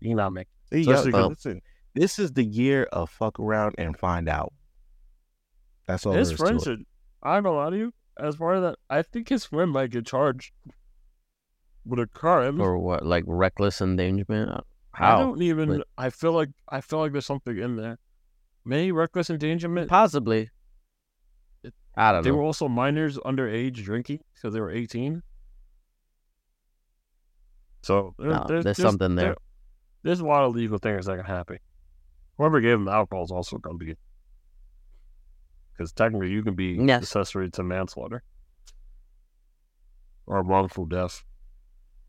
Speaker 2: You not make.
Speaker 4: See,
Speaker 2: So
Speaker 4: yo,
Speaker 2: that's the-
Speaker 4: listen, this is the year of fuck around and find out. That's all
Speaker 2: His
Speaker 4: there is
Speaker 2: friend
Speaker 4: to it.
Speaker 2: should. I'm gonna lie to you. As part of that, I think his friend might get charged with a crime.
Speaker 3: Or what like reckless endangerment?
Speaker 2: I
Speaker 3: How?
Speaker 2: don't even.
Speaker 3: Like-
Speaker 2: I feel like I feel like there's something in there. Maybe reckless endangerment.
Speaker 3: Possibly.
Speaker 2: It-
Speaker 3: I don't
Speaker 2: They
Speaker 3: know.
Speaker 2: were also minors underage drinking because they were 18. So there-
Speaker 3: No, there's
Speaker 2: just-
Speaker 3: something there.
Speaker 2: There's a lot of legal things that can happen. Whoever gave him the alcohol is also going to be. Because technically, you can be
Speaker 3: Yes.
Speaker 2: accessory to manslaughter or wrongful death.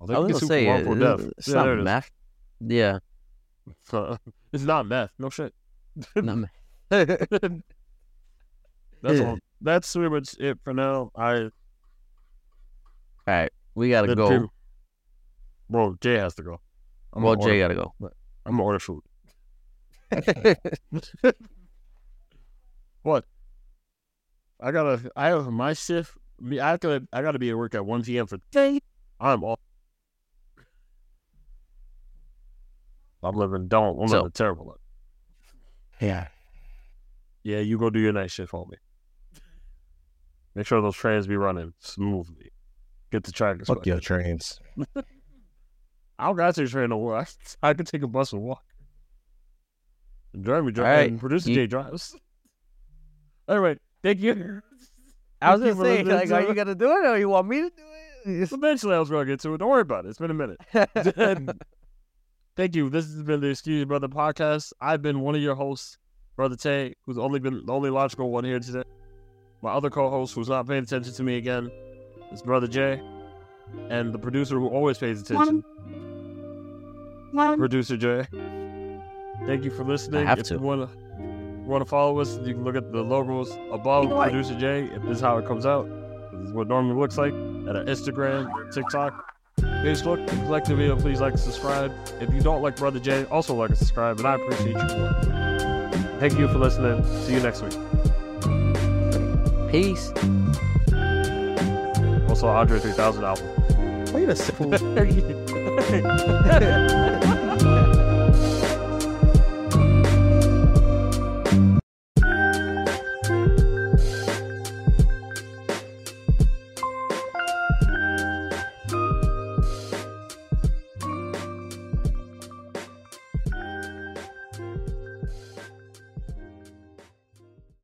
Speaker 2: I think
Speaker 3: I
Speaker 2: you
Speaker 3: was
Speaker 2: can
Speaker 3: gonna
Speaker 2: sue for
Speaker 3: say it-
Speaker 2: wrongful death.
Speaker 3: it's
Speaker 2: Yeah, there
Speaker 3: not
Speaker 2: it is.
Speaker 3: meth. Yeah,
Speaker 2: Uh, it's not meth. No shit.
Speaker 3: not meth.
Speaker 2: that's all. That's pretty much it for now. I
Speaker 3: All right, we gotta
Speaker 2: the
Speaker 3: go.
Speaker 2: two- Bro, Jay has to go. I'm
Speaker 3: well,
Speaker 2: gonna
Speaker 3: Jay
Speaker 2: order,
Speaker 3: gotta go.
Speaker 2: I'm gonna order food. what? I gotta. I have my shift. me- I gotta. I gotta be at work at one p.m. for. I'm off. I'm living. Don't. I'm
Speaker 3: So-
Speaker 2: living terrible. Life.
Speaker 4: Yeah.
Speaker 2: Yeah, you go do your night shift, homie. Make sure those trains be running smoothly. Get the track.
Speaker 4: Fuck your trains.
Speaker 2: I don't got to train no more. I, I could take a bus and walk. Jeremy
Speaker 3: All right.
Speaker 2: drives. and Producer
Speaker 3: You-
Speaker 2: Jay drives. All right. Thank you.
Speaker 3: I
Speaker 2: Thank
Speaker 3: was just
Speaker 2: you for
Speaker 3: saying,
Speaker 2: listening
Speaker 3: like,
Speaker 2: to
Speaker 3: are you
Speaker 2: us.
Speaker 3: gonna do it or you want me to do it?
Speaker 2: Eventually, I was going to get to it. Don't worry about it. It's been a minute. Thank you. This has been the Excuse Brother podcast. I've been one of your hosts, Brother Tay, who's only been the only logical one here today. My other co-host, who's not paying attention to me again, is Brother Jay, and the producer who always pays attention, Producer Jay. Thank you for listening.
Speaker 3: I have
Speaker 2: if
Speaker 3: to.
Speaker 2: you want to want to follow us, you can look at the logos above
Speaker 5: Either way.
Speaker 2: Producer Jay. If this is how it comes out, this is what it normally looks like at our Instagram, TikTok. Facebook. If you like the video, please like and subscribe. If you don't like Brother Jay, also like and subscribe, and I appreciate you for it. Thank you for listening. See you next week.
Speaker 3: Peace.
Speaker 2: Also, Andre 3000 album.
Speaker 4: Wait a second.
Speaker 2: Thank you.